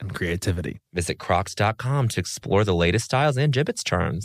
and creativity. Visit crocs.com to explore the latest styles and gibbets charms.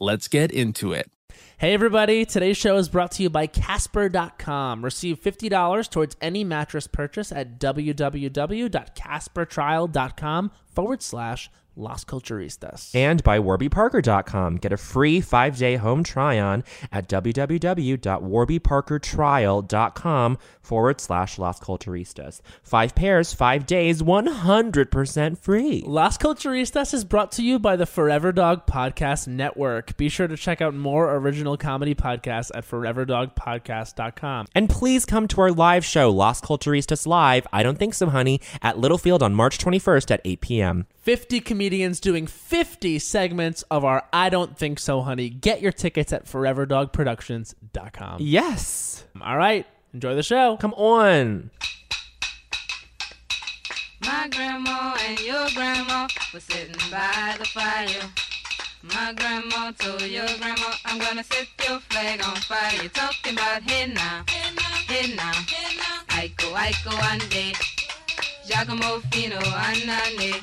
Let's get into it. Hey everybody, today's show is brought to you by Casper.com. Receive $50 towards any mattress purchase at www.caspertrial.com forward slash Las Culturistas. And by warbyparker.com. Get a free five day home try on at www.warbyparkertrial.com forward slash Las Culturistas. Five pairs, five days, 100% free. Las Culturistas is brought to you by the Forever Dog Podcast Network. Be sure to check out more original comedy podcasts at foreverdogpodcast.com. And please come to our live show, Las Culturistas Live, I Don't Think So, Honey, at Littlefield on March 21st at 8 p.m. 50 comedians doing 50 segments of our I Don't Think So, Honey. Get your tickets at foreverdogproductions.com. Yes. All right. Enjoy the show. Come on. My grandma and your grandma were sitting by the fire. My grandma told your grandma, I'm gonna set your flag on fire. You're talking about hey now, hey now, Aiko, Aiko, Ande, Giacomo Fino, Anane,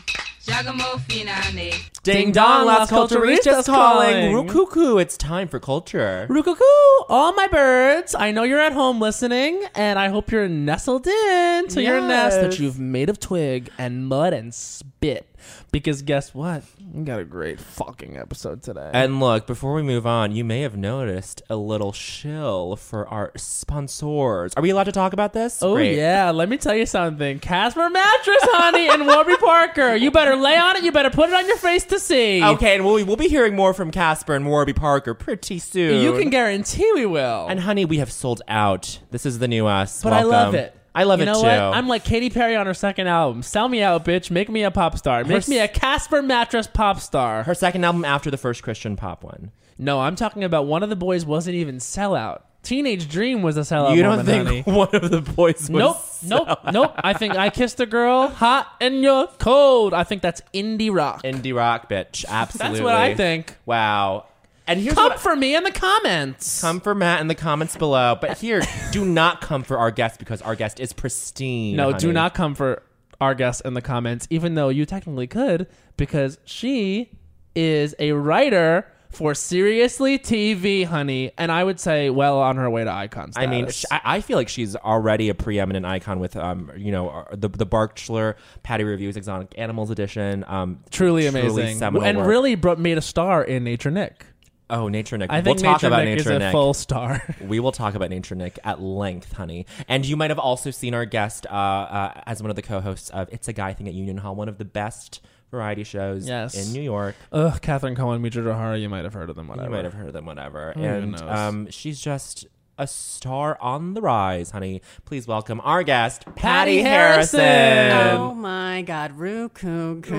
Giacomo Finane. Ding dong, Las Culturistas calling. Rukuku, it's time for culture. Rukuku, all my birds. I know you're at home listening, and I hope you're nestled in to your nest that Yes. you've made of twig and mud and spit. Because guess what? We got a great fucking episode today. And look, before we move on, you may have noticed a little shill for our sponsors. Are we allowed to talk about this? Oh Great. yeah, let me tell you something. Casper mattress, honey, and Warby Parker. You better lay on it. You better put it on your face to see. Okay, and we'll, we'll be hearing more from Casper and Warby Parker pretty soon. you can guarantee we will. And honey, we have sold out. This is the new us. But Welcome. I love it. I love you it know too. What? I'm like Katy Perry on her second album. Sell me out, bitch. Make me a pop star. Make s- me a Casper mattress pop star. her second album after the first Christian pop one. no, I'm talking about one of the boys wasn't even sellout. Teenage Dream was a sellout. you don't moment, think honey. one of the boys was Nope, nope, nope. I think I kissed a girl hot and you're cold. I think that's indie rock. indie rock bitch? Absolutely. that's what I think. Wow. And here's Come what I- for me in the comments. Come for Matt in the comments below, but here, do not come for our guest because our guest is pristine. No, do honey. not come for our guest in the comments, even though you technically could, because she is a writer for Seriously TV, honey. And I would say, well, on her way to icon I status. mean, sh- I I feel like she's already a preeminent icon with, um, you know, uh, our- the the Barchler Patty reviews Exotic Animals edition. Um, truly amazing, seminal and work. really brought, made a star in Nature Nick. Oh, Nature Nick. I we'll think talk Nature about Nick Nature is a Nick. full star. we will talk about Nature Nick at length, honey. And you might have also seen our guest uh, uh, as one of the co-hosts of It's a Guy Thing at Union Hall, one of the best variety shows Yes. in New York. Ugh, Catherine Cohen, Mitra Johara, you might have heard of them, whatever. You might have heard of them, whatever. even And knows? um, she's just a star on the rise, honey. Please welcome our guest, Patty Patty Harrison. Harrison. Oh my God, Roo Coo Coo.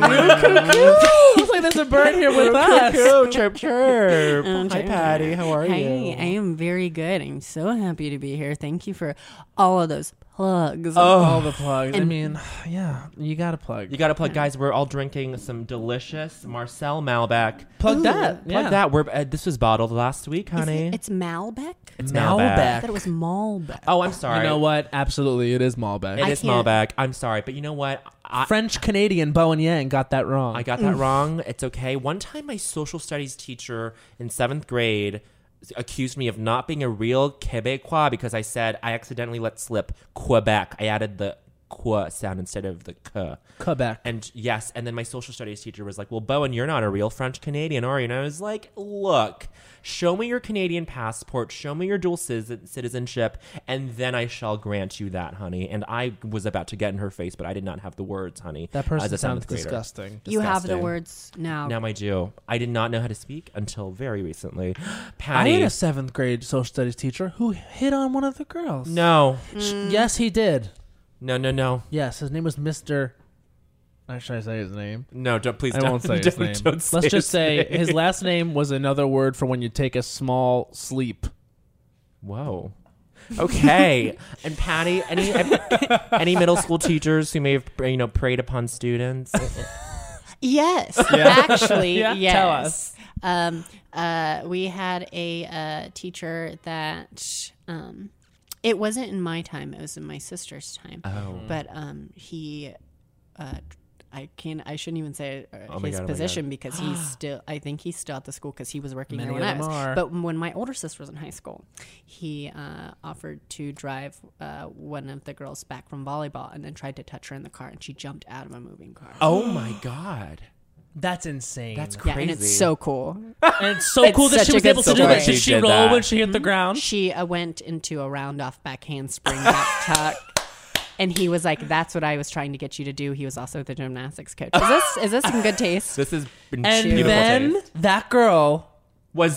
Looks like there's a bird here with us. Oh, Cuckoo, chirp, chirp. Um, Hi, Patty. How are Hey, you? I am very good. I'm so happy to be here. Thank you for all of those plugs. Oh, All the plugs. I And- mean, yeah, you gotta plug. You got to plug, guys. We're all drinking some delicious Marcel Malbec. plug Ooh. that. Yeah. Plug that. We're uh, this was bottled last week, Is honey. it, it's Malbec? It's I thought it was Malbec. Oh, I'm sorry. You know what? Absolutely, it is Malbec. It I is can't- Malbec. I'm sorry, but you know what? I, French Canadian Bowen Yang got that wrong. I got that wrong. It's okay. One time, my social studies teacher in seventh grade s- accused me of not being a real Quebecois because I said I accidentally let slip Quebec. I added the qu sound instead of the k. Quebec. And yes, and then my social studies teacher was like, "Well, Bowen, you're not a real French Canadian, are you?" And I was like, "Look, show me your Canadian passport, show me your dual citi- citizenship, and then I shall grant you that, honey." And I was about to get in her face, but I did not have the words, honey. that as person a sounds seventh grader. disgusting. you have the disgusting. words now. Now I do. I did not know how to speak until very recently. I Patty, had a seventh grade social studies teacher who hit on one of the girls. no, Sh- Yes, he did. no, no, no, Yes, his name was Mr. Or should I say his name? no. Don't please. I don't, won't say don't, his name. Don't say Let's just his say name. his last name was another word for when you take a small sleep. Whoa. Okay. and Patty, any any middle school teachers who may have you know preyed upon students? Yes, actually, Yeah, yes. tell us. Um, uh, we had a uh, teacher that um, it wasn't in my time; it was in my sister's time. Oh. But um, he, uh, I can not I shouldn't even say uh, Oh my his God, oh my God. position because he's still. I think he's still at the school because he was working Many there when of I them was. are. But when my older sister was in high school, he uh, offered to drive uh, one of the girls back from volleyball and then tried to touch her in the car, and she jumped out of a moving car. Oh my god. That's insane. That's Yeah, crazy. and it's so cool. and it's so cool that such she a was good able to do story. that. Did She she did roll that. Hmm? when she hit the ground? She uh, went into a round off back handspring back tuck. And he was like, "That's what I was trying to get you to do." He was also the gymnastics coach. Is this is this some good taste? this has been and beautiful then taste. that girl was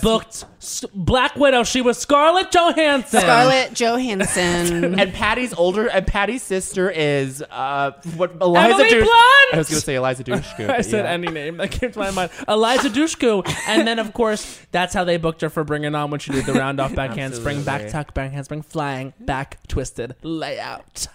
booked S- Black Widow. She was Scarlett Johansson. Scarlett Johansson. and Patty's older and Patty's sister is uh what Eliza Emily Dush- Blunt! I was gonna say Eliza Dushku. I said yeah. any name that came to my mind. Eliza Dushku. and then, of course, that's how they booked her for bringing on when she did the round off back handspring, back Absolutely. tuck, back handspring, flying, back twisted layout.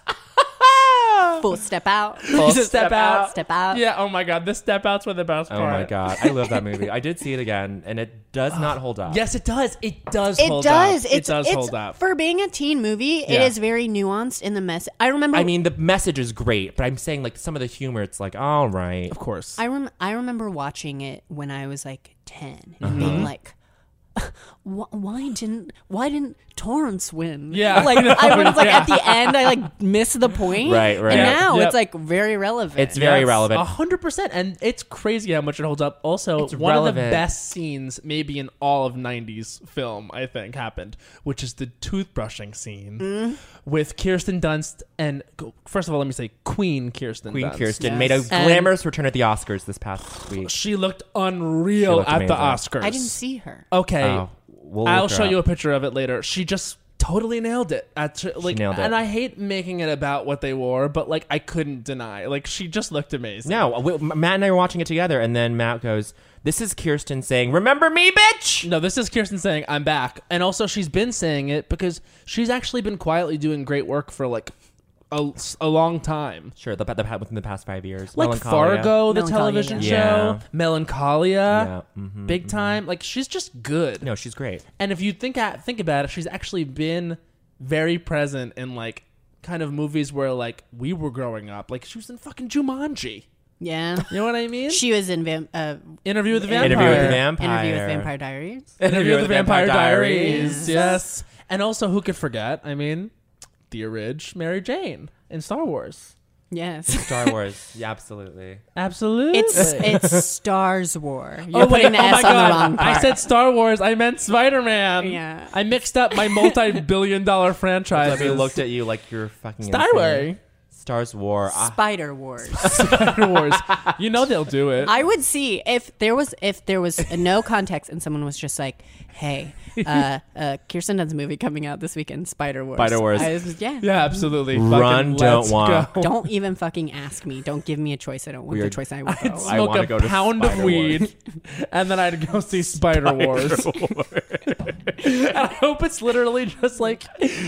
Full step out. Full Step out. Step out. Yeah, oh my God. This step out's where the best Oh part. my god. I love that movie. I did see it again and it does not hold up. Yes, it does. It does It hold does. up. It's, it does it's- hold up. For being a teen movie, it Yeah. is very nuanced in the mess. I remember. I mean the message is great, but I'm saying like some of the humor it's like all right. of course. I rem- I remember watching it when I was like 10 Uh-huh. and being like "Wh- why didn't why didn't Torrance win? Yeah. like I was like at the end I like missed the point. Right, right. And Yep, now yep. it's like very relevant. It's very relevant. A hundred percent, and it's crazy how much it holds up. Also, It's one of relevant. the best scenes, maybe in all of '90s film, I think happened, which is the toothbrushing scene Mm-hmm. with Kirsten Dunst and first of all, let me say Queen Kirsten. Queen Dunst. Kirsten made a Yes. And- glamorous return at the Oscars this past week. She looked unreal She looked at the amazing. Oscars. I didn't see her. Okay, Oh, we'll I'll look her show up. you a picture of it later. She just totally nailed it. At, like, nailed it. And I hate making it about what they wore, but like I couldn't deny, like she just looked amazing. No, uh, we, Matt and I were watching it together, and then Matt goes, "This is Kirsten saying, remember me, bitch." No, this is Kirsten saying I'm back, and also she's been saying it because she's actually been quietly doing great work for like a, a long time. Sure, the, the, the within the past five years, Like Melancholia. Fargo, the Melancholia, television yeah. Yeah. show, Melancholia, Yeah, mhm, big time. Like she's just good. No, she's great. And if you think at, think about it, she's actually been very present in like kind of movies where like we were growing up. Like she was in fucking Jumanji. Yeah. You know what I mean? She was in Vam- uh, Interview with the Vampire. Interview with the Vampire. Interview with Vampire Diaries. Interview with the Vampire, Diaries. Diaries. Yes. And also, who could forget? I mean, the orig Mary Jane in Star Wars. Yes. Star Wars. Yeah, absolutely. Absolutely. It's it's Stars War. You're oh, wait, putting the oh S my on God. the wrong part. I said Star Wars. I meant Spider Man. Yeah. I mixed up my multi billion dollar Let franchise. me looked at you like you're fucking Star insane. Wars. Stars War. Ah, Spider Wars. Star Wars. You know they'll do it. I would see if there was if there was no context and someone was just like, "Hey, uh, uh, Kirsten Dunst's movie coming out this weekend, Spider Wars." Spider Wars. I was- yeah. yeah, absolutely. Run, Fucking don't let's walk. Go. Don't even fucking ask me. Don't give me a choice. I don't want Weird. the choice. I want. I'd the I smoke wanna a go to pound of Spider weed, Wars. and then I'd go see Spider, Wars. And I hope it's literally just like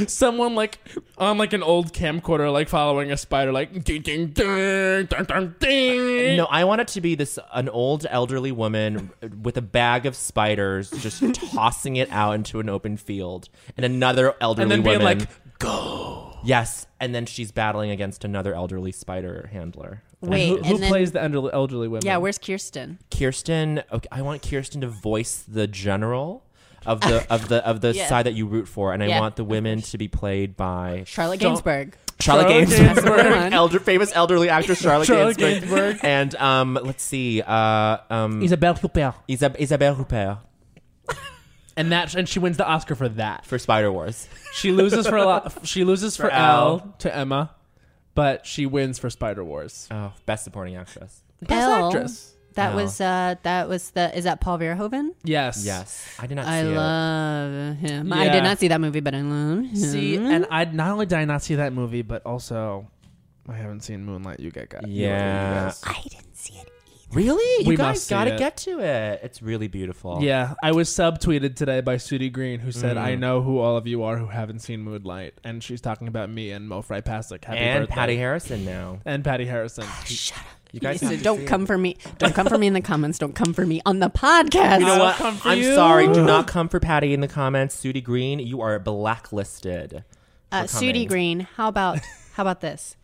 someone like on like an old camcorder, like following a spider, like ding ding ding ding ding. ding. No, I want it to be this an old elderly woman with a bag of spiders just tossing it out into an open field, and another elderly and then being woman. like, yes, and then she's battling against another elderly spider handler. Wait, who, and who then- plays the elderly, elderly women? Yeah, where's Kirsten? Kirsten, okay, I want Kirsten to voice the general of the of the of the Yeah. side that you root for, and I Yeah. want the women to be played by Charlotte Don't- Gainsbourg. Charlotte Charlotte Gainsbourg, Gainsbourg. elder famous elderly actress Charlotte, Charlotte Gainsbourg. Gainsbourg. and um, let's see, uh, um, Isabelle Huppert. Isab- Isabelle Huppert And that and she wins the Oscar for that. for Spider Wars. She loses for a lot. She loses for, For L. Elle. to Emma, but she wins for Spider Wars. Oh, best supporting actress. Best Elle. actress. That Oh. was uh that was the is that Paul Verhoeven? Yes. Yes, I did not see I it. love him. I Yeah. did not see that movie, but I love him. See, Mm-hmm. and I not only did I not see that movie, but also I haven't seen Moonlight. You get got. yeah, I didn't see it. really? You We guys must see gotta it. get to it. It's really beautiful. Yeah, I was subtweeted today by Sudie Green, who said, "I know who all of you are who haven't seen Moonlight," and she's talking about me and Mo Fry Pasek. Happy and birthday. Patty Harrison now. and Patty Harrison. Shut up. You guys Listen, have to see don't it. come for me. Don't come for me in the comments. Don't come for me on the podcast. You know what? come for I'm you. sorry. Do not come for Patty in the comments. Sudie Green, you are blacklisted. Uh, for coming. Sudie Green, how about how about this?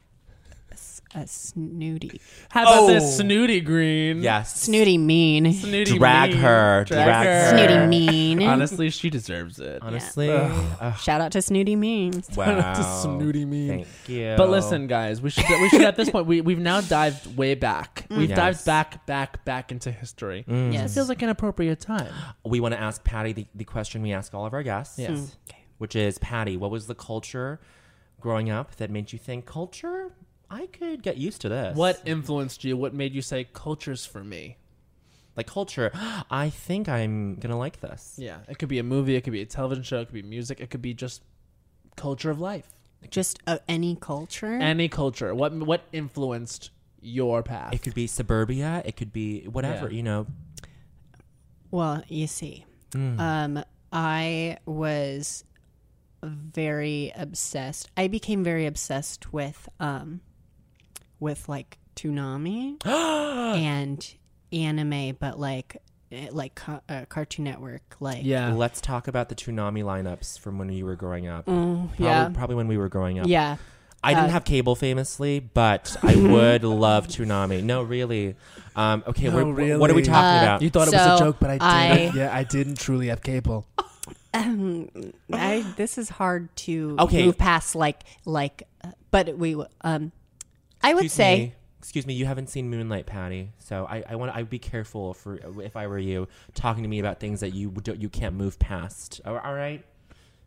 S- A snooty, How about this Oh. Snooty Green? Yes. snooty mean, Snooty Drag mean. her, drag her. snooty mean. Honestly, she deserves it. Honestly. Ugh, Shout out to snooty mean. wow. to Snooty Mean. Thank you. But listen, guys, we should we should at this point we we've now dived way back. We've Yes. Mm. dived back back back into history. So it Yes. feels like an appropriate time. we want to ask Patty the, the question we ask all of our guests. Yes. Mm. Which is Patty, what was the culture growing up that made you think culture? I could get used to this. What influenced you? What made you say cultures for me? like culture? I think I'm gonna like this. Yeah, it could be a movie, it could be a television show, it could be music, it could be just culture of life. Just uh, any culture. Any culture. What what influenced your path? It could be suburbia. It could be whatever. Yeah. You know, Well, you see, um, I was very obsessed. I became very obsessed with, um, with like Toonami and anime, but like, eh, like ca- uh, Cartoon Network, like yeah. Let's talk about the Toonami lineups from when you were growing up. probably, Mm, yeah. probably when we were growing up. yeah. I didn't uh, have cable famously, but I would love Toonami. No, really. Um, okay, No, we're, what are we really. talking Uh, about? You thought it So, was a joke, but I didn't. I- yeah, I didn't truly have cable. Um, I, this is hard to Okay. move past, like, like, uh, but we, um, I would Excuse say. me. Excuse me, you haven't seen Moonlight, Patty. So I, I want I'd be careful for if I were you talking to me about things that you don't, you can't move past. All all right,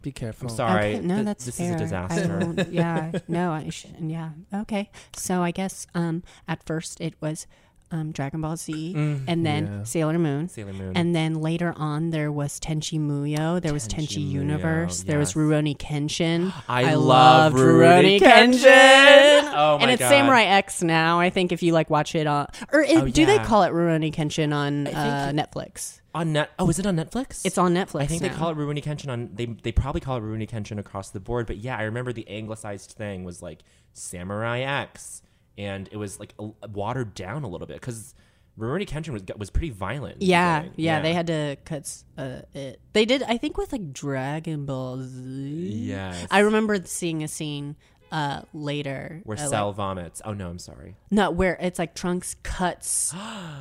Be careful. I'm sorry. Okay, no, Th- that's this fair. is a I disaster. won't- yeah, no, I should. Yeah, okay. So I guess um, at first it was um, Dragon Ball Z, and then Sailor Moon, Mm, Sailor Moon. and then later on there was Tenchi Muyo, there was Tenchi, Muyo, Universe, there was yes. Rurouni Kenshin. I love Rurouni Kenshin. Oh my and it's God. Samurai X now. I think if you like watch it on, or it, Oh, do they yeah. call it Rurouni Kenshin on uh, Netflix? on net. Oh, is it on Netflix? It's on Netflix. I think they now. call it Rurouni Kenshin on they they probably call it Rurouni Kenshin across the board, but yeah, I remember the anglicized thing was like Samurai X, and it was like a, watered down a little bit because Rurouni Kenshin was was pretty violent. in the Yeah, yeah, beginning. they had to cut s- uh, it. They did, I think, with like Dragon Ball Z. Yes. I remember seeing a scene uh, later where uh, like- Cell vomits. Oh no, I'm sorry. no, where it's like Trunks cuts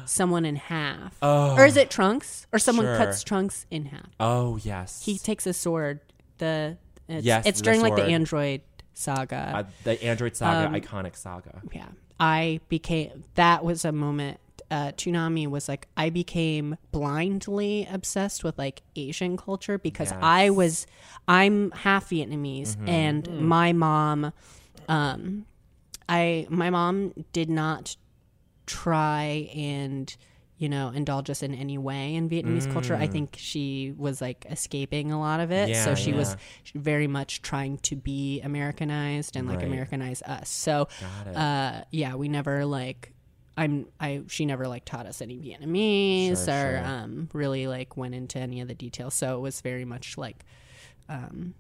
someone in half, or is it Trunks? Or someone Oh. Sure. cuts Trunks in half. Oh yes. He takes a sword. The it's, Yes, it's the during like the sword. android saga. Uh, the Android Saga, Um, iconic saga. yeah i became that was a moment uh tsunami was like i became blindly obsessed with like asian culture because i was i'm half vietnamese and my mom um i my mom did not try and you know indulge us in any way in vietnamese culture i think she was like escaping a lot of it Mm. Yeah, so she was yeah. very much trying to be americanized and like Right. americanize us so uh yeah we never like i'm i she never like taught us any vietnamese Sure, or sure. um really like went into any of the details so it was very much like um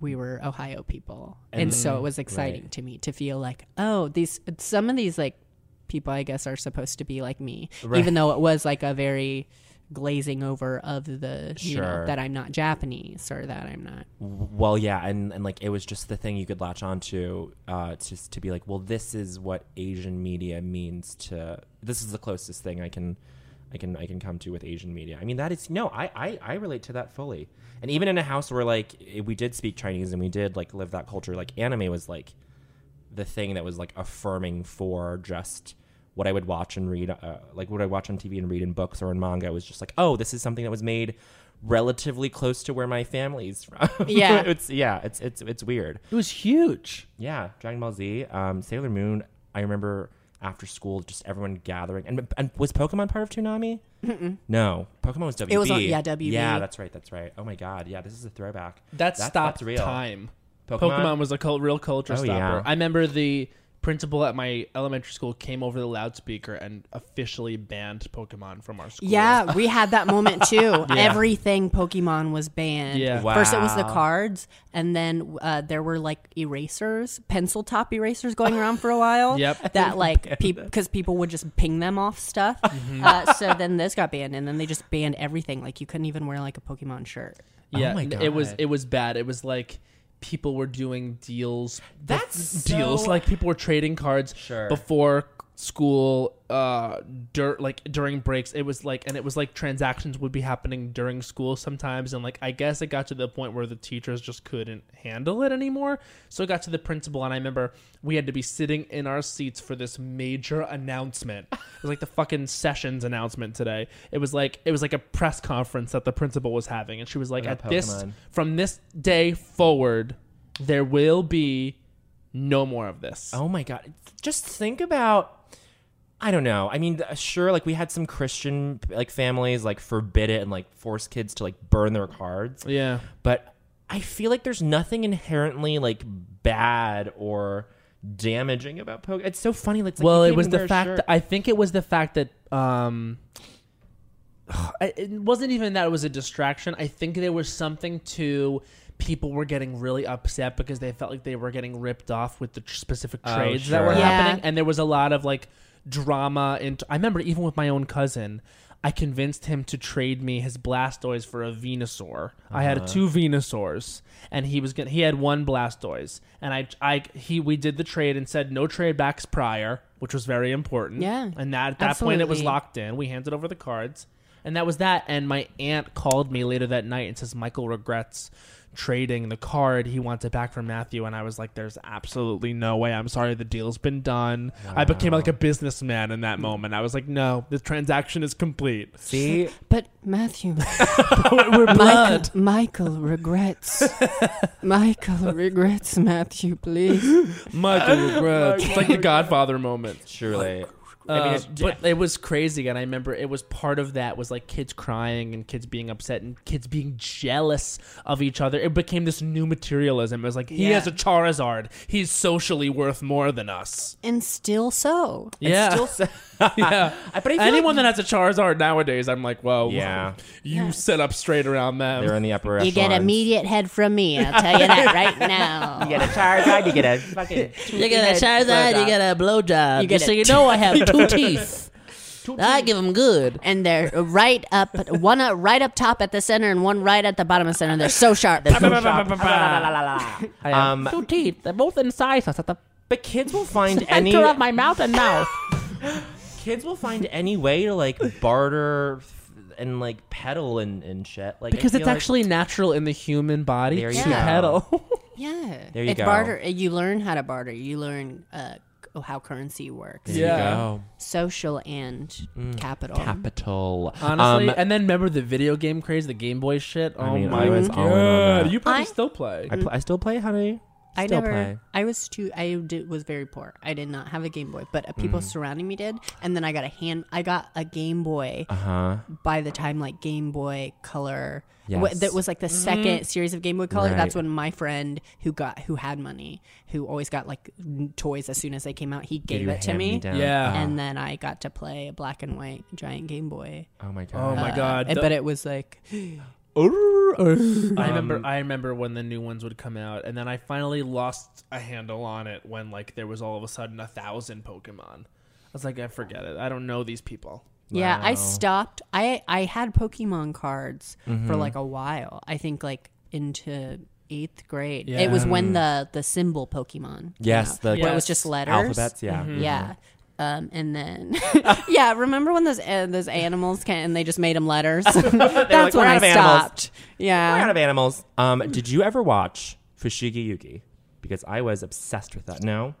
we were ohio people and, so it was exciting to me to feel like oh these some of these like people i guess are supposed to be like me even though it was like a very glazing over of the you know Sure. that i'm not japanese or that i'm not Well, yeah, and, and like it was just the thing you could latch onto uh, to to be like, well, this is what Asian media means to. This is the closest thing I can, I can, I can come to with Asian media. I mean, that is no, I I, I relate to that fully. And even in a house where like i- we did speak Chinese and we did like live that culture, like anime was like the thing that was like affirming for just what I would watch and read, uh, like what I watch on TV and read in books or in manga was just like, oh, this is something that was made relatively close to where my family's from. Yeah. it's yeah, it's it's it's weird. It was huge. Yeah, Dragon Ball Z, um, Sailor Moon. I remember after school, just everyone gathering. And, and was Pokemon part of Toonami? No, Pokemon was WB. It was on- yeah, WB. Yeah, that's right, that's right. Oh my god, yeah, this is a throwback. That That's- stopped that's real. time. Pokemon- Pokemon, was a cult, real culture Oh, stopper. yeah. I remember the principal at my elementary school came over the loudspeaker and officially banned Pokemon from our school. Yeah, we had that moment too. Everything Pokemon was banned. Yeah. First it was the Wow. cards, and then uh, there were like erasers, pencil top erasers going around for a while. Yep. That like because people would just ping them off stuff. Mm-hmm. Uh, so then this got banned, and then they just banned everything. Like you couldn't even wear like a Pokemon shirt. yeah. Oh my n- It was God. it was bad. It was like people were doing deals. bef- That's so- deals like people were trading cards Sure. before school uh dirt like during breaks it was like and it was like transactions would be happening during school sometimes and like i guess it got to the point where the teachers just couldn't handle it anymore so it got to the principal and i remember we had to be sitting in our seats for this major announcement it was like the fucking sessions announcement today it was like it was like a press conference that the principal was having and she was like at About this Pokemon. from this day forward there will be no more of this Oh my god. Just think about I don't know. I mean, th- sure, like we had some Christian like families like forbid it and like force kids to like burn their cards. yeah but I feel like there's nothing inherently like bad or damaging about Pokemon. It's so funny. It's like, well, it you can't was even wear the a fact. shirt. That, I think it was the fact that um, I- it wasn't even that it was a distraction. I think there was something to people were getting really upset because they felt like they were getting ripped off with the tr- specific Oh, trades that were sure. Yeah. happening, and there was a lot of like drama. And I remember even with my own cousin. I convinced him to trade me his Blastoise for a Venusaur. I Uh-huh. had two Venusaurs, and he was gonna, he had one Blastoise, and I, I he we did the trade and said no trade backs prior, which was very important. Yeah. and that at that point it was Absolutely. locked locked in. We handed over the cards, and that was that. And my aunt called me later that night and says Michael regrets trading the card. He wants it back from Matthew, and I was like, "There's absolutely no way. I'm sorry, the deal's been done." I became like a businessman in that moment. I was like, "No, the transaction is complete." see, But Matthew, Michael, Michael regrets. Michael regrets. Matthew, please. Michael regrets. it's like the Godfather moment. surely. I mean, it's- but it was crazy, and I remember it was part of that was like kids crying and kids being upset and kids being jealous of each other. It became this new materialism. It was like he Yeah. has a Charizard, he's socially worth more than us. And still so. yeah, Still sa- yeah. but I feel Anyone that has a Charizard nowadays, I'm like, whoa, Yeah. you set up straight around them. they're in the upper. You get immediate head from me. I'll tell you that right now. get a Charizard. You get a fucking. You get a Charizard, you get a blowjob. You get so a- you know I have two teeth. I give them good. and they're right up one uh, right up top at the center and one right at the bottom of the center. They're so sharp. They're so sharp. I have Um, two teeth. They're both incisors at the But kids will find any. center of my mouth and mouth. Kids will find any way to like barter f- and like peddle and and shit. Like I because it's feel like- actually natural in the human body There to you go. pedal. Yeah. There you it's go. barter. You learn how to barter. You learn uh, c- how currency works. There Yeah. you go. Social and capital. Mm. Capital. Honestly, Um, and then remember the video game craze, the Game Boy shit. Oh mean, my I was all in on god, that. you probably I- still play. I, pl- I still play, honey. I Still never. play. I was too. I did, was very poor. I did not have a Game Boy, but uh, people Mm. surrounding me did. And then I got a hand. I got a Game Boy Uh huh. by the time like Game Boy Color. wh- Yes. that was like the Mm. second series of Game Boy Color. Right. That's when my friend who got who had money, who always got like n- toys as soon as they came out, he gave it to me. Yeah. and then I got to play a black and white giant Game Boy. Oh my god. oh my god, Uh, the- but it was like I remember. I remember when the new ones would come out, and then I finally lost a handle on it when like there was all of a sudden a thousand Pokemon. I was like, I forget it. I don't know these people. Yeah, I stopped. I I had Pokemon cards Mm-hmm. for like a while. I think like into eighth grade. It was when the the symbol Pokemon. came Yes, Mm-hmm. out, the where it was just letters. Alphabets. Yeah. Yeah. Um, and then, yeah, remember when those uh, those animals can and they just made them letters? That's like, when "We're out I of animals." stopped. Yeah, We're out of animals. Um, did you ever watch Fushigi Yugi? Because I was obsessed with that. No.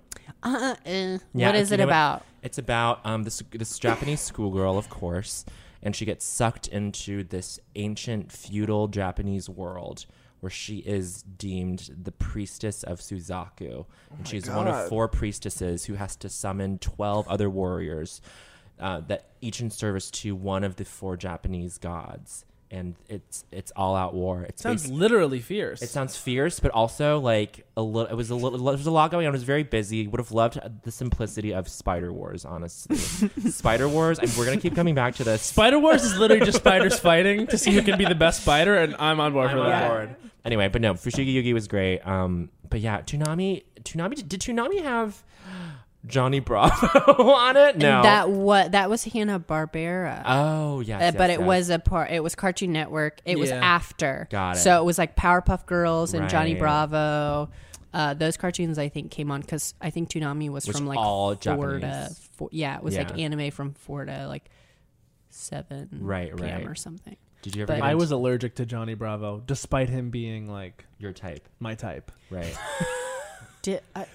Uh, uh, Yeah, what it's- is you it know what? about? It's about um, this this Japanese schoolgirl, of course, and she gets sucked into this ancient feudal Japanese world where she is deemed the priestess of Suzaku, and she's one of four priestesses who has to summon twelve other warriors uh, that each in service to one of the four Japanese gods. And it's it's all out war. It's Sounds basi- literally fierce. it sounds fierce, but also like a little. It was a little. There was a lot going on. It was very busy. Would have loved the simplicity of Spider Wars, honestly. Spider Wars, and we're gonna keep coming back to this. Spider Wars is literally just spiders fighting to see who can be the best spider, and I'm on board I'm for on that. board. Anyway, but no, Fushigi Yugi was great. Um, but yeah, Toonami. Toonami. Did Toonami have Johnny Bravo on it? No. That what that was Hanna Barbera. oh yes, Uh, yes, but it yes. was a part. It was Cartoon Network. It was Yeah. after. Got it. So it was like Powerpuff Girls and Johnny Right. Bravo. Uh, those cartoons I think came on because I think Toonami was, Was from like all four to Japanese. four, yeah, it was like Yeah. anime from four to like seven Right, p.m. right. or something. Did you ever? but- Get I into- was allergic to Johnny Bravo, despite him being like your type, my type. right? Did, I,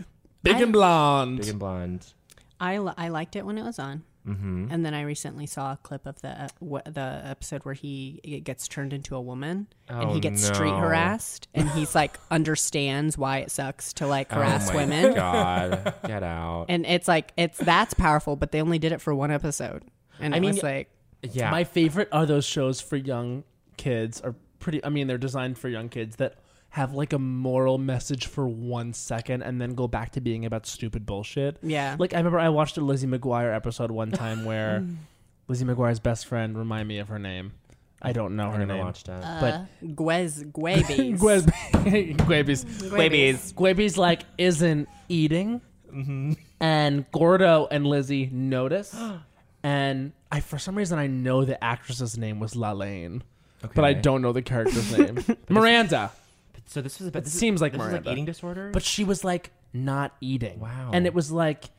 Big I- and blonde. Big and blonde. I, li- I liked it when it was on, mm-hmm. and then I recently saw a clip of the uh, wh- the episode where he it gets turned into a woman and Oh, he gets street no. harassed, and he's like understands why it sucks to like harass oh my women, God, get out. and it's like it's that's powerful, but they only did it for one episode, and I I it mean, was like yeah. My favorite are those shows for young kids. Are pretty. I mean, they're designed for young kids that have like a moral message for one second and then go back to being about stupid bullshit. Yeah. Like I remember I watched a Lizzie McGuire episode one time where Lizzie McGuire's best friend remind me of her name. I don't know I her never name, watched it. uh, but Guez Guebies. Gwebes, Gwebes, Gwebes. Gwebes like isn't eating, Mm-hmm. and Gordo and Lizzie notice, and I for some reason I know the actress's name was Lalaine, but I Okay. don't know the character's name. Miranda, So this was about It this seems is, like this is Miranda. eating disorder. but she was like not eating. Wow. And it was like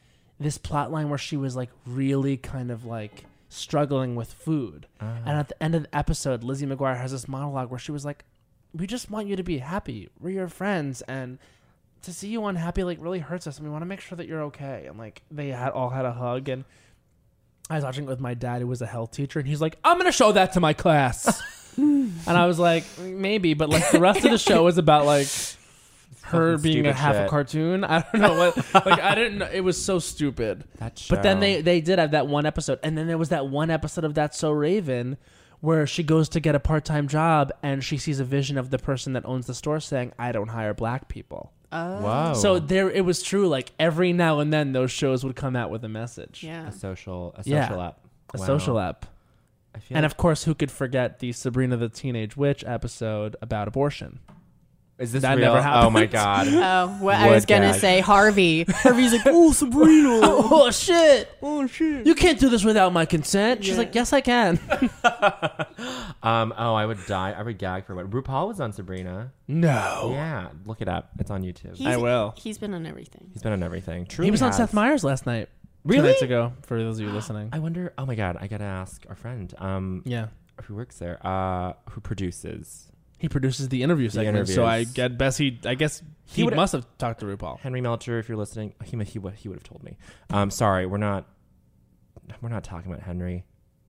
this plot line where she was like really kind of like struggling with food. And at the end of the episode, Lizzie McGuire has this monologue where she was like, "We just want you to be happy. We're your friends, and to see you unhappy like really hurts us, and we want to make sure that you're okay." And like they had all had a hug and. I was watching it with my dad, who was a health teacher, and he's like, "I'm gonna show that to my class," and I was like, "Maybe," but like the rest of the show is about like her Fucking being a stupid half a shit. cartoon. I don't know what. like I didn't. know. It was so stupid. That But then show. they they did have that one episode, and then there was that one episode of That's So Raven where she goes to get a part time job and she sees a vision of the person that owns the store saying, "I don't hire black people." Oh, wow. So there, it was true. Like every now and then, those shows would come out with a message. Yeah. a social a social Yeah. app. A Wow. social app. I feel And like- of course, who could forget the Sabrina the Teenage Witch episode about abortion? is this that real? never Oh my god. Oh, well, I was Wood gonna gag. say Harvey. Harvey's like, oh Sabrina. oh shit! Oh shit! You can't do this without my consent. She's like, yes, I can. um. Oh, I would die. I would gag for what? RuPaul was on Sabrina. no. Yeah. Look it up. It's on YouTube. He's- I will. He's been on everything. He's been on everything. True. He was on Seth Meyers last night. Two Really? nights ago, for those of you listening. I wonder. Oh my god. I gotta ask our friend. Um. yeah. Who works there? Uh. Who produces He produces the interview segment, so I interviews. get best he. I guess he, would- must have talked to RuPaul. Henry Melcher, if you're listening, he he, he would he would have told me. Um, sorry, we're not we're not talking about Henry.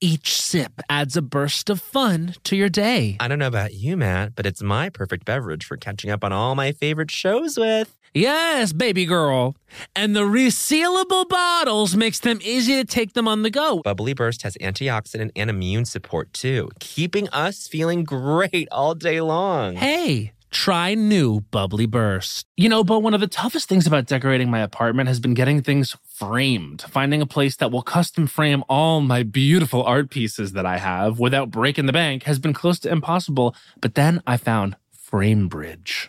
Each sip adds a burst of fun to your day. I don't know about you, Matt, but it's my perfect beverage for catching up on all my favorite shows with. Yes, baby girl. And the resealable bottles makes them easy to take them on the go. Bubbly Burst has antioxidant and immune support too, keeping us feeling great all day long. Hey, try new Bubbly Burst. You know, but one of the toughest things about decorating my apartment has been getting things framed, finding a place that will custom frame all my beautiful art pieces that I have without breaking the bank has been close to impossible, but then I found Framebridge.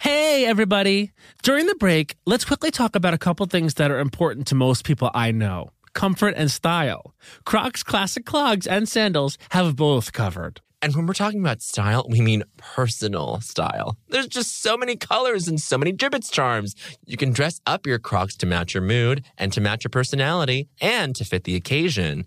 Hey, everybody. During the break, let's quickly talk about a couple things that are important to most people I know comfort and style. Crocs classic clogs and sandals have both covered. And when we're talking about style, we mean personal style. There's just so many colors and so many gibbets charms. You can dress up your crocs to match your mood and to match your personality and to fit the occasion.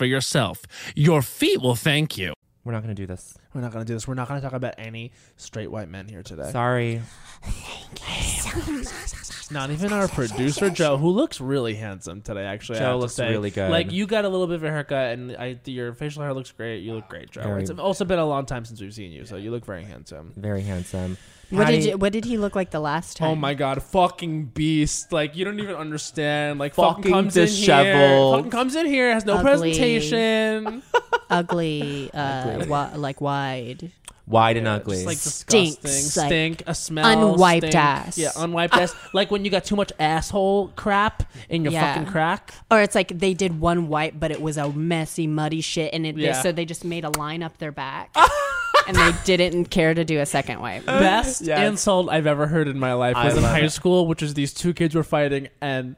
yourself. Your feet will thank you. We're not gonna do this. We're not gonna do this. We're not gonna talk about any straight white men here today. Sorry. Not even our producer Joe, who looks really handsome today. Actually, I Joe have to looks say. really good. Like you got a little bit of a haircut, and I, your facial hair looks great. You look great, Joe. Very- It's also been a long time since we've seen you, so you look very handsome. Very handsome. What did Patty- you, what did he look like the last time? Oh my god, fucking beast! Like you don't even understand. Like fucking, Fucking comes in here, disheveled. fucking comes in here, has no Ugly. presentation, Ugly, uh, wi- like wide. Wide and just ugly. like Stinks, disgusting, like, stink, a smell, unwiped stink. ass. Yeah, unwiped ass. Like when you got too much asshole crap in your Yeah. fucking crack. Or it's like they did one wipe, but it was a messy, muddy shit, and it, Yeah. so they just made a line up their back. and they didn't care to do a second wipe. Best Yes. insult I've ever heard in my life I was in love high it. school, which is these two kids were fighting and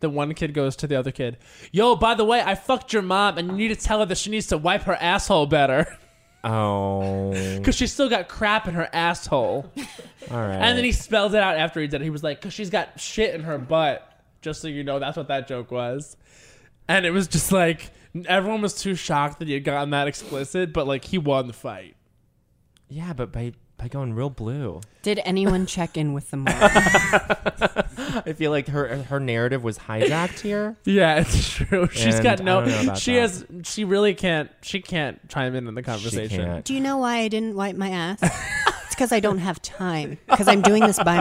the one kid goes to the other kid, Yo, by the way, I fucked your mom and you need to tell her that she needs to wipe her asshole better. Oh, all right. Because she still got crap in her asshole. And then he spelled it out after he did it. He was like, because she's got shit in her butt. Just so you know, that's what that joke was. And it was just like, everyone was too shocked that he had gotten that explicit, but like, he won the fight. yeah, but by by going real blue, Did anyone check in with them? All? I feel like her her narrative was hijacked here. Yeah, it's true. She's And got I no. don't know about She that. has. She really can't. She can't chime in in the conversation. She can't. Do you know why I didn't wipe my ass? It's because I don't have time. Because I'm doing this by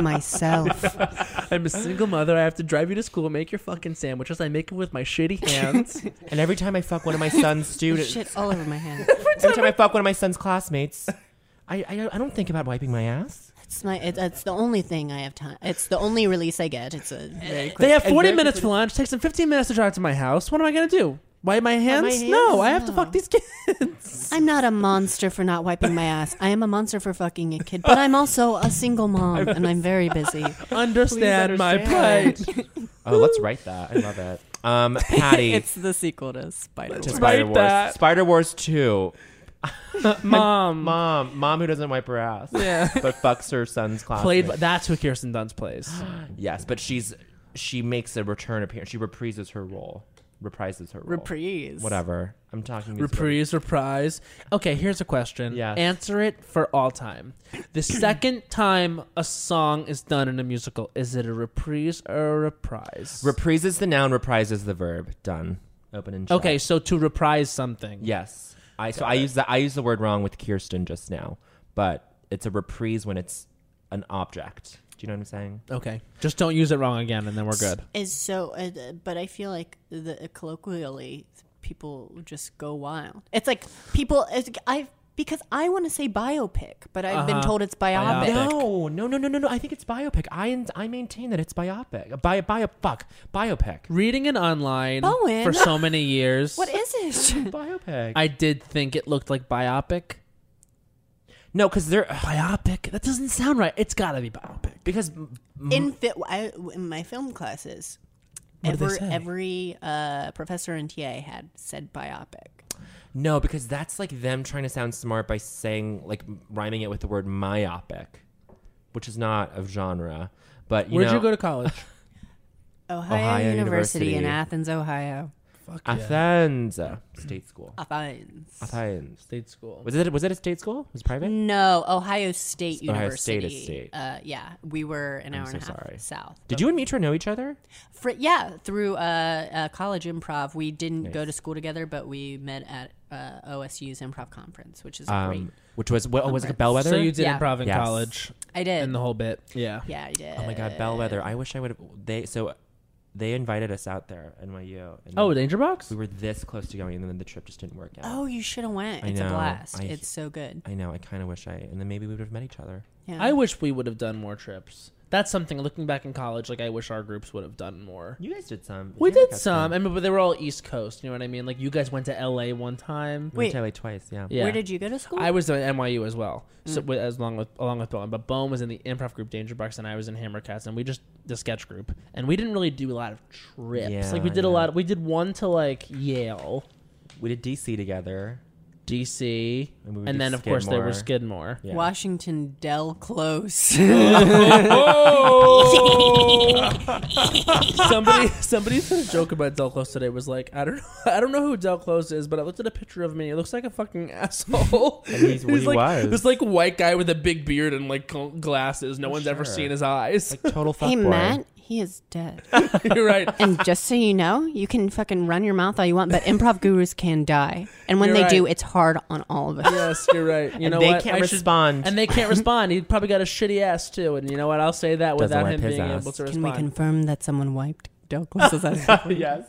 myself. I'm a single mother. I have to drive you to school, make your fucking sandwiches. I make them with my shitty hands. And every time I fuck one of my son's students, Shit all over my hand. every time I fuck one of my son's classmates, I I don't, I don't think about wiping my ass. It's my. It, it's the only thing I have time. It's the only release I get. It's a very quick. they have 40 minutes for lunch. Takes them 15 minutes to drive to my house. What am I gonna do? Wipe my hands? hands? No, I have to No. fuck these kids. I'm not a monster for not wiping my ass. I am a monster for fucking a kid, but I'm also a single mom and I'm very busy. understand, my understand. plight. Oh, let's write that. I love it. Um, Patty, the sequel to Spider to Write Spider Wars. that. Spider Wars Two. Mom, Mom, mom who doesn't wipe her ass, yeah, but fucks her son's classmates. played. By, that's who Kirsten Dunst plays. Yes, but she's she makes a return appearance. She reprises her role. Reprises her role. Reprise. Whatever. I'm talking musical. Reprise, reprise. Okay, here's a question. Yes. Answer it for all time. The second time a song is done in a musical, is it a reprise or a reprise? Reprise is the noun. Reprise is the verb. Done. Open and shut. okay, so to reprise something. Yes. I so I use the I use the word wrong with Kirsten just now, but it's a reprise when it's an object. Do you know what I'm saying? Okay. Just don't use it wrong again, and then we're good. Is so, uh, uh, but I feel like the uh, colloquially people just go wild. It's like people. It's, I've because I want to say biopic, but I've been Uh-huh. told it's biopic. Biopic. No, no, no, no, no, no. I think it's biopic. I I maintain that it's biopic. Bio bio fuck biopic. Reading it online Bowen. for so many years, What is it? Biopic. I did think it looked like biopic. no, because they're Biopic? That doesn't sound right. It's gotta be biopic. because in fi- I, in my film classes, What do they every say? every uh, professor in TA had said biopic. No, because that's like them trying to sound smart by saying like rhyming it with the word myopic, which is not a genre. But you Where'd know, you go to college? Ohio, Ohio University, in University. Athens, Ohio. Athens uh, State School? Athens. Athens. State school. Was it was it a state school? Was it private? No, Ohio State Ohio State University. is state. Uh, yeah, we were an hour so and a half sorry. south. Did you and Mitra know each other? For, yeah, through uh, uh, college improv, we didn't go to school together, but we met at uh, OSU's improv conference, which is great. Um, which was what oh, was it a Conference. bellwether? so you did Yeah. improv in Yes. college I did. and the whole bit. Yeah. yeah, I did. oh my god, bellwether! I wish I would have. They so they invited us out there NYU. And Oh, then Danger Box? we were this close to going, and then the trip just didn't work out. Oh, you should have went. I It's know. a blast. I- it's so good. I know. I kind of wish I, and then maybe we would have met each other. Yeah. I wish we would have done more trips. That's something looking back in college, like I wish our groups would have done more. You guys did some. We Yeah, I did got some. I mean, but they were all East Coast. You know what I mean? Like you guys went to LA one time. We Wait. went to LA twice. Yeah. Yeah. Where did you go to school? I was at NYU as well, so Mm. with, as long with along with Bowen. But Bowen was in the improv group Danger Box, and I was in Hammercats, and we just the sketch group. And we didn't really do a lot of trips. Yeah, like we did a yeah. lot. we did one to like Yale, We did DC together. DC, And we and, did then of course there was Skidmore. Yeah. Washington Dell Close. somebody somebody said a joke about Del Close today. Was like, I don't know, I don't know who Del Close is, but I looked at a picture of me. It looks like a fucking asshole. And he's- well, he like was. this like white guy with a big beard and like gl- glasses. No one's ever sure. seen his eyes. Total fuck hey, boy. Matt, he is dead. You're right. and just so you know, you can fucking run your mouth all you want, but improv gurus can die. And when You're they right. do, it's hard on all of us. Yes, you're right. You know they what? can't I should- respond. and they can't respond. He probably got a shitty ass too. And you know what? I'll say that Doesn't without wipe him his being ass. able to Can we respond. confirm that someone wiped Douglas's eyes? yes,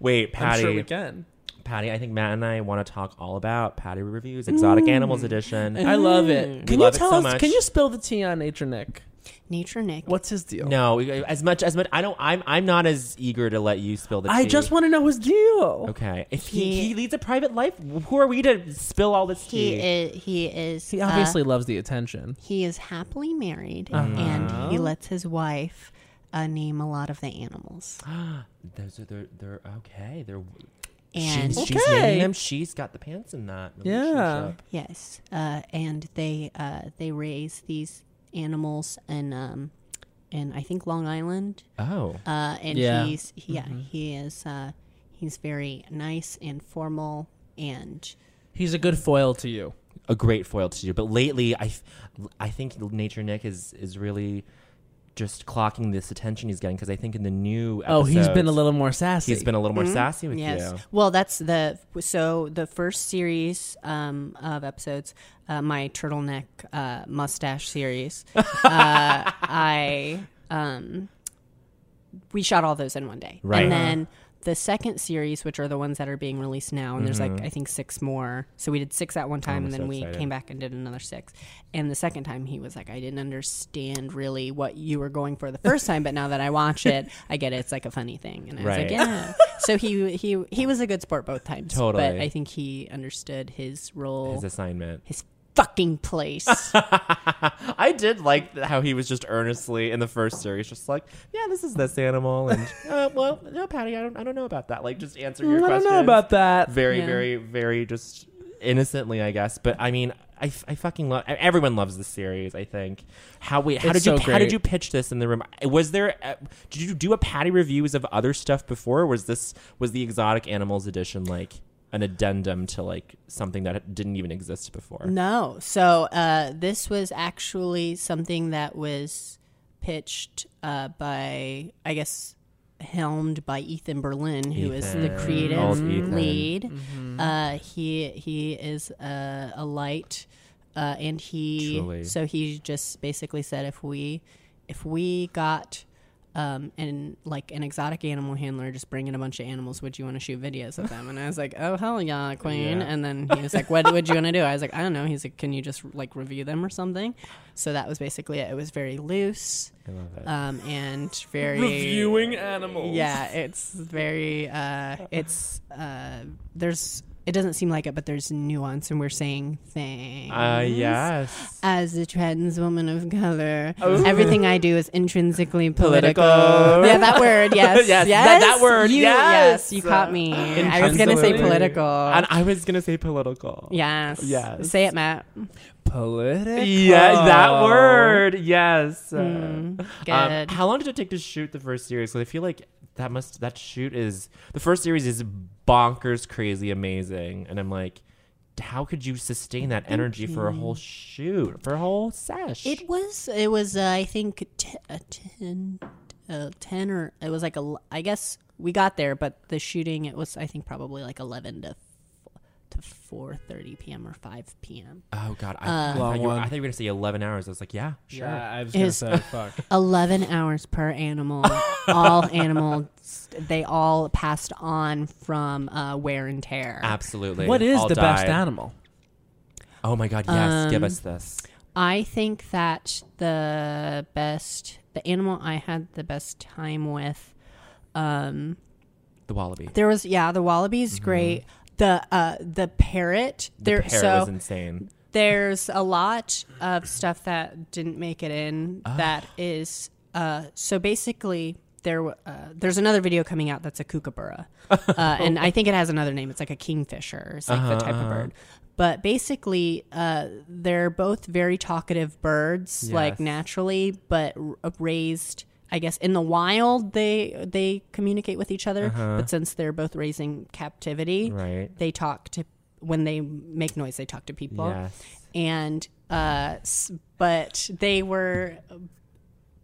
Wait, I'm Patty. sure we can. Patty, I think Matt and I want to talk all about Patty Mm. reviews, Exotic Animals Edition. I love it. Can you Mm. love it tell so us? much. Can you spill the tea on Nature Nick? Nature Nick. What's his deal? No, as much as much. I don't. I'm. I'm not as eager to let you spill the. I tea. just want to know his deal. Okay. If he, He- he leads a private life, who are we to spill all this He tea? is. He is. He uh, obviously loves the attention. he is happily married, and he lets his wife uh, name a lot of the animals. Those are they're, they're okay. They're And she's, she's Okay. naming them. She's got the pants in that. Yeah. relationship. yes, uh, and they uh, they raise these animals in um, in I think Long Island. Oh. Uh, and Yeah. he's he- yeah he is uh, he's very nice and formal and He's a good foil to you. a great foil to do. But lately, I, f- I think Nature Nick is is really just clocking this attention he's getting because I think in the new Oh, he's been a episodes, little Mm-hmm. more sassy. he's been a little more sassy with yes you. well that's the so the first series um, of episodes uh, my turtleneck uh, mustache series uh, I um, we shot all those in one day Right. Uh-huh. and then the second series which are the ones that are being released now and there's like I think six more so we did six at one time Mm-hmm. Oh, I'm and then so we excited. came back and did another six and the second time he was like I didn't understand really what you were going for the first time but now that I watch it I get it it's like a funny thing and I was Right. like yeah yeah. so he he he was a good sport both times. Totally. But I think he understood his role, His his, assignment. fucking place. I did like th- how he was just earnestly in the first series, just like, yeah, this is this animal, and uh, well, no, Patty, I don't, I don't know about that. Like, just answer your Mm, I question. don't know about that. Very, Yeah. very, very, just innocently, I guess. But I mean, I, f- I fucking love. Everyone loves this series. I think. How wait, how It's did you so how did great. you pitch this in the room? Was there uh, did you do a Patty reviews of other stuff before? Or was this was the exotic animals edition like? An addendum to like something that didn't even exist before. no, so uh, this was actually something that was pitched uh, by I guess helmed by Ethan Berlin, who is Ethan. the creative Old Ethan. lead. Uh, he he is uh, a light, uh, and he Truly. so he just basically said if we if we got um and like an exotic animal handler just bring in a bunch of animals would you want to shoot videos of them and i was like oh hell yeah queen and then he was like what would you want to do i was like i don't know he's like can you just like review them or something so that was basically it it was very loose I love it. um and very animals. yeah, it's very uh it's uh there's it doesn't seem like it, but there's nuance and we're saying things. Uh, yes. As a trans woman of color, everything I do is intrinsically political. Political. Yeah, that word. Yes, yes, Yes, that- that word, You, yes. you caught me. I was gonna say Intrinsically. political. And I was gonna say political. yes, Yes. Um, Say it, Matt. Political. Yeah, that word. Yes. Uh, Hmm. Good. Um, how long did it take to shoot the first series? Because I feel like that must that shoot is the first series is bonkers, crazy, amazing, and I'm like, how could you sustain that energy for a whole shoot, for a whole sesh? It was. It was. Uh, I think t- a ten, uh, ten or it was like a. l- I guess we got there, but the shooting it was. I think probably like eleven to f- to four thirty p.m. or five p.m. oh god, I, Uh, I, thought Long you were, one. I thought you were gonna say 11 hours. I was like, yeah, sure. Yeah, I was gonna gonna Is- say fuck. Eleven hours per animal. all animals. They all passed on from uh, wear and tear. Absolutely. What is All the best died. animal? Oh my god, yes, give Um, us this. I think that the best, the animal I had the best time with, um, The wallaby. Mm-hmm. There was yeah, the wallaby's great. The uh the parrot. The there parrot so was insane. there's a lot of stuff that didn't make it in Ah. that is uh so basically there w- uh, there's another video coming out that's a kookaburra. Uh, and I think it has another name. It's like a kingfisher. It's like the type Uh-huh. of bird. But basically, uh, they're both very talkative birds, like Yes. naturally, but r- uh, raised. I guess in the wild they they communicate with each other, but since they're both raising captivity, Uh-huh. Right. they talk to when they make noise. They talk to people, Yes. and uh, s- but they were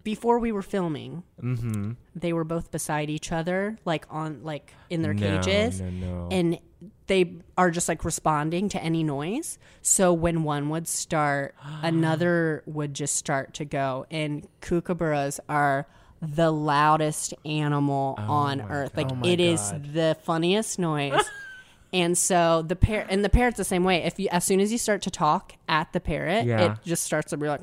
before we were filming. Mm-hmm. They were both beside each other, like on like in their No, cages, no, no. and they are just like responding to any noise. So when one would start, another would just start to go. And kookaburras are the Oh loudest animal on earth. Like it is the funniest noise. And so the parrot and the parrot's the same way. If you as soon as you start to talk at the parrot, Yeah. Uh-huh. it just starts to be like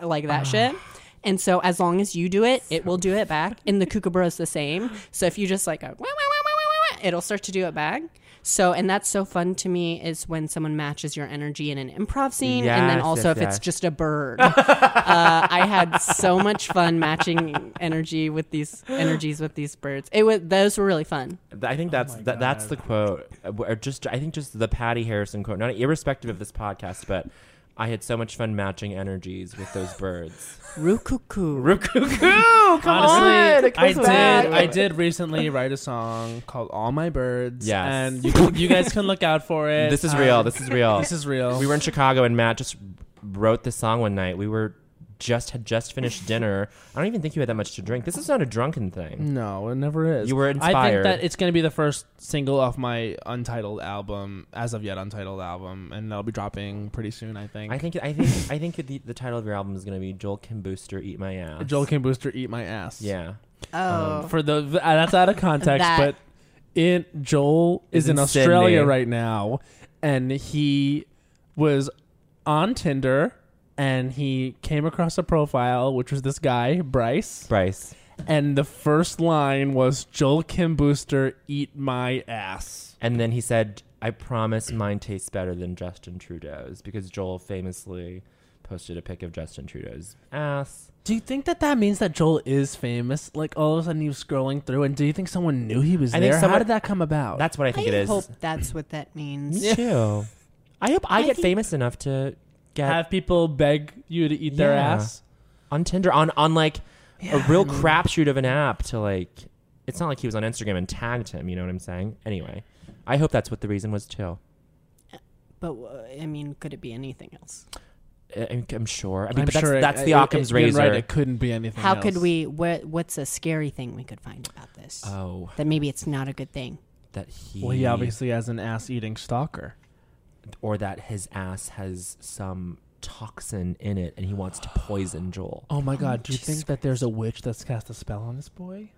like that shit. And so as long as you do it, it will do it back. And the kookaburra is the same. So if you just like go, "Wah, wah, wah, wah, wah, wah, wah," it'll start to do it back. So and that's so fun to me is when someone matches your energy in an improv scene, and then Yes, also yes, if yes. it's just a bird. uh, I had so much fun matching energy with these energies with these birds. It was those were really fun. I think that's that, that's the quote. uh, Or just I think just the Patty Harrison quote. Not irrespective of this podcast, but I had so much fun matching energies with those birds. Rukuku. Cuckoo! Come Honestly, it I comes did. back. I did recently write a song called "All My Birds." Yes. and you, you guys can look out for it. This is Um, real. This is real. This is real. We were in Chicago, and Matt just wrote this song one night. We were just had just finished dinner. I don't even think you had that much to drink. This is not a drunken thing. No, it never is. You were I inspired. think that it's going to be the first single off my untitled album, as of yet untitled album, and that'll be dropping pretty soon. I think. I think I think I think the, the title of your album is going to be Joel Kim Booster Eat My Ass. Joel Kim Booster eat my ass. Yeah. Um, Oh, For the th- uh, that's out of context, That- but in Joel is, Is in in Australia Sydney. right now, and he was on Tinder, and he came across a profile which was this guy Bryce, Bryce. and the first line was Joel Kim Booster eat my ass. And then he said, I promise mine tastes better than Justin Trudeau's because Joel famously posted a pic of Justin Trudeau's ass. Do you think that that means that Joel is famous? Like all of a sudden he was scrolling through, and do you think someone knew he was I think there? How someone- did that come about? That's what I think it I is. hope that's what that means. Me too. I hope I, I get think- famous enough to get have people beg you to eat their Yeah. ass. on Tinder on on like a real crapshoot of an app to like. It's not like he was on Instagram and tagged him. You know what I'm saying? Anyway, I hope that's what the reason was too. But uh, I mean, could it be anything else? I- I'm, I'm sure. I mean, I'm but that's, sure it- uh, that's the it- Occam's it- razor. You're right, it couldn't be anything. How else. could we? What What's a scary thing we could find about this? Uh, Oh, that maybe it's not a good thing. that he. Well, he obviously has an ass-eating stalker. or that his ass has some toxin in it and he wants to poison Joel. Oh my God! Do you Jesus think that there's a witch that's cast a spell on this boy,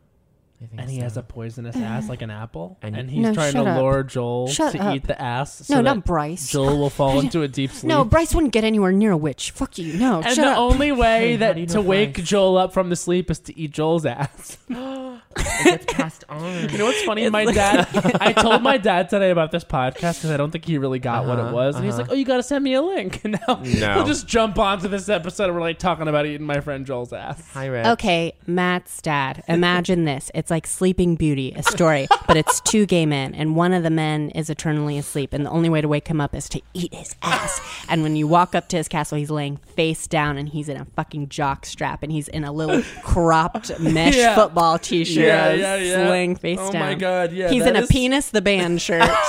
I think and he so. has a poisonous ass like an apple, And- and, he's No, trying to shut up. lure Joel Shut to up. eat the ass? So no, that not Bryce. Joel will fall into a deep sleep. no, Bryce wouldn't get anywhere near a witch. Fuck you. No, And shut the up. only way Hey, how that do you to know wake Bryce? Joel up from the sleep is to eat Joel's ass. It's passed on. You know what's funny? My dad. I told my dad today about this podcast because I don't think he really got what Uh-huh, it was, and he's uh-huh. like, "Oh, you got to send me a link." And now we'll just jump onto this episode. And we're like talking about eating my friend Joel's ass. Hi, Rick. Okay, Matt's dad. Imagine this. It's like Sleeping Beauty, a story, but it's two gay men, and one of the men is eternally asleep, and the only way to wake him up is to eat his ass. And when you walk up to his castle, he's laying face down, and he's in a fucking jock strap, and he's in a little cropped mesh Yeah. football t shirt, Yeah, yeah, yeah. laying face Oh down. my God, yeah, He's that in a is- penis the band shirt.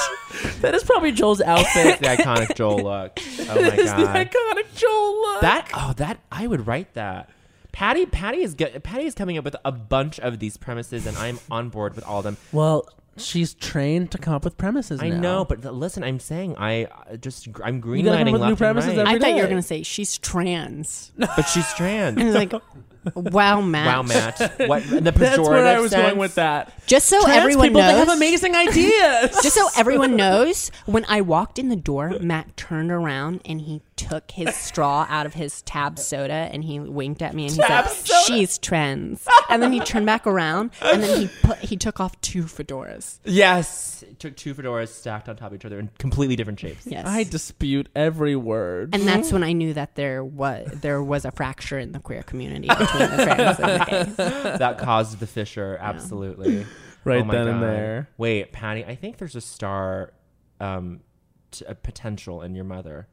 That is probably Joel's outfit. the iconic Joel look. Oh my god. iconic Joel look. That oh that I would write that. Patty Patty is get, Patty is coming up with a bunch of these premises and I'm on board with all of them. well, she's trained to come up with premises. I now. know, but th- listen, I'm saying I uh, just gr- I'm gotta come up greenlining with left new premises and right. I every thought you were day. going to say, she's trans. but she's trans. And I was like, wow, Matt. wow, Matt. What in the pejorative That's where I was sense? going with that. Just so Trans everyone people, knows. they have amazing ideas. Just so everyone knows, when I walked in the door, Matt turned around and he took his straw out of his tab soda and he winked at me and he said, "She's trans." And then he turned back around and then he put he took off two fedoras. Yes, it took two fedoras stacked on top of each other in completely different shapes. Yes. I dispute every word. and that's when I knew that there was there was a fracture in the queer community between the trans and the gays. That caused the fissure, absolutely. Right Oh my then and God. there. Wait, Patty, I think there's a star um, t- a potential in your mother.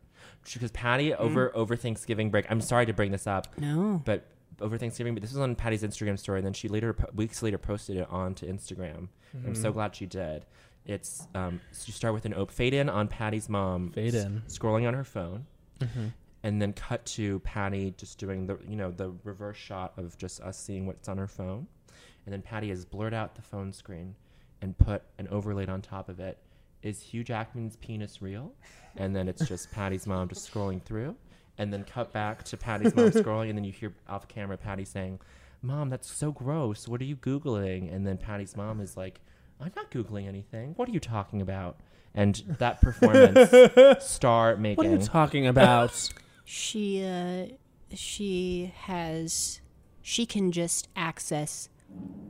Because Patty, Mm. over over Thanksgiving break, I'm sorry to bring this up, No. but over Thanksgiving, but this was on Patty's Instagram story, and then she later, po- weeks later, posted it onto Instagram. I'm Mm-hmm. so glad she did. It's um, so you start with an op- fade in on Patty's mom, Fade in. scrolling on her phone, Mm-hmm. and then cut to Patty just doing the you know the reverse shot of just us seeing what's on her phone, and then Patty has blurred out the phone screen and put an overlaid on top of it. Is Hugh Jackman's penis real? And then it's just Patty's mom just scrolling through, and then cut back to Patty's mom scrolling, and then you hear off camera Patty saying, "Mom, that's so gross. What are you googling?" And then Patty's mom is like. I'm not Googling anything. What are you talking about? And that performance, star What making. are you talking about? She uh, she has she can just access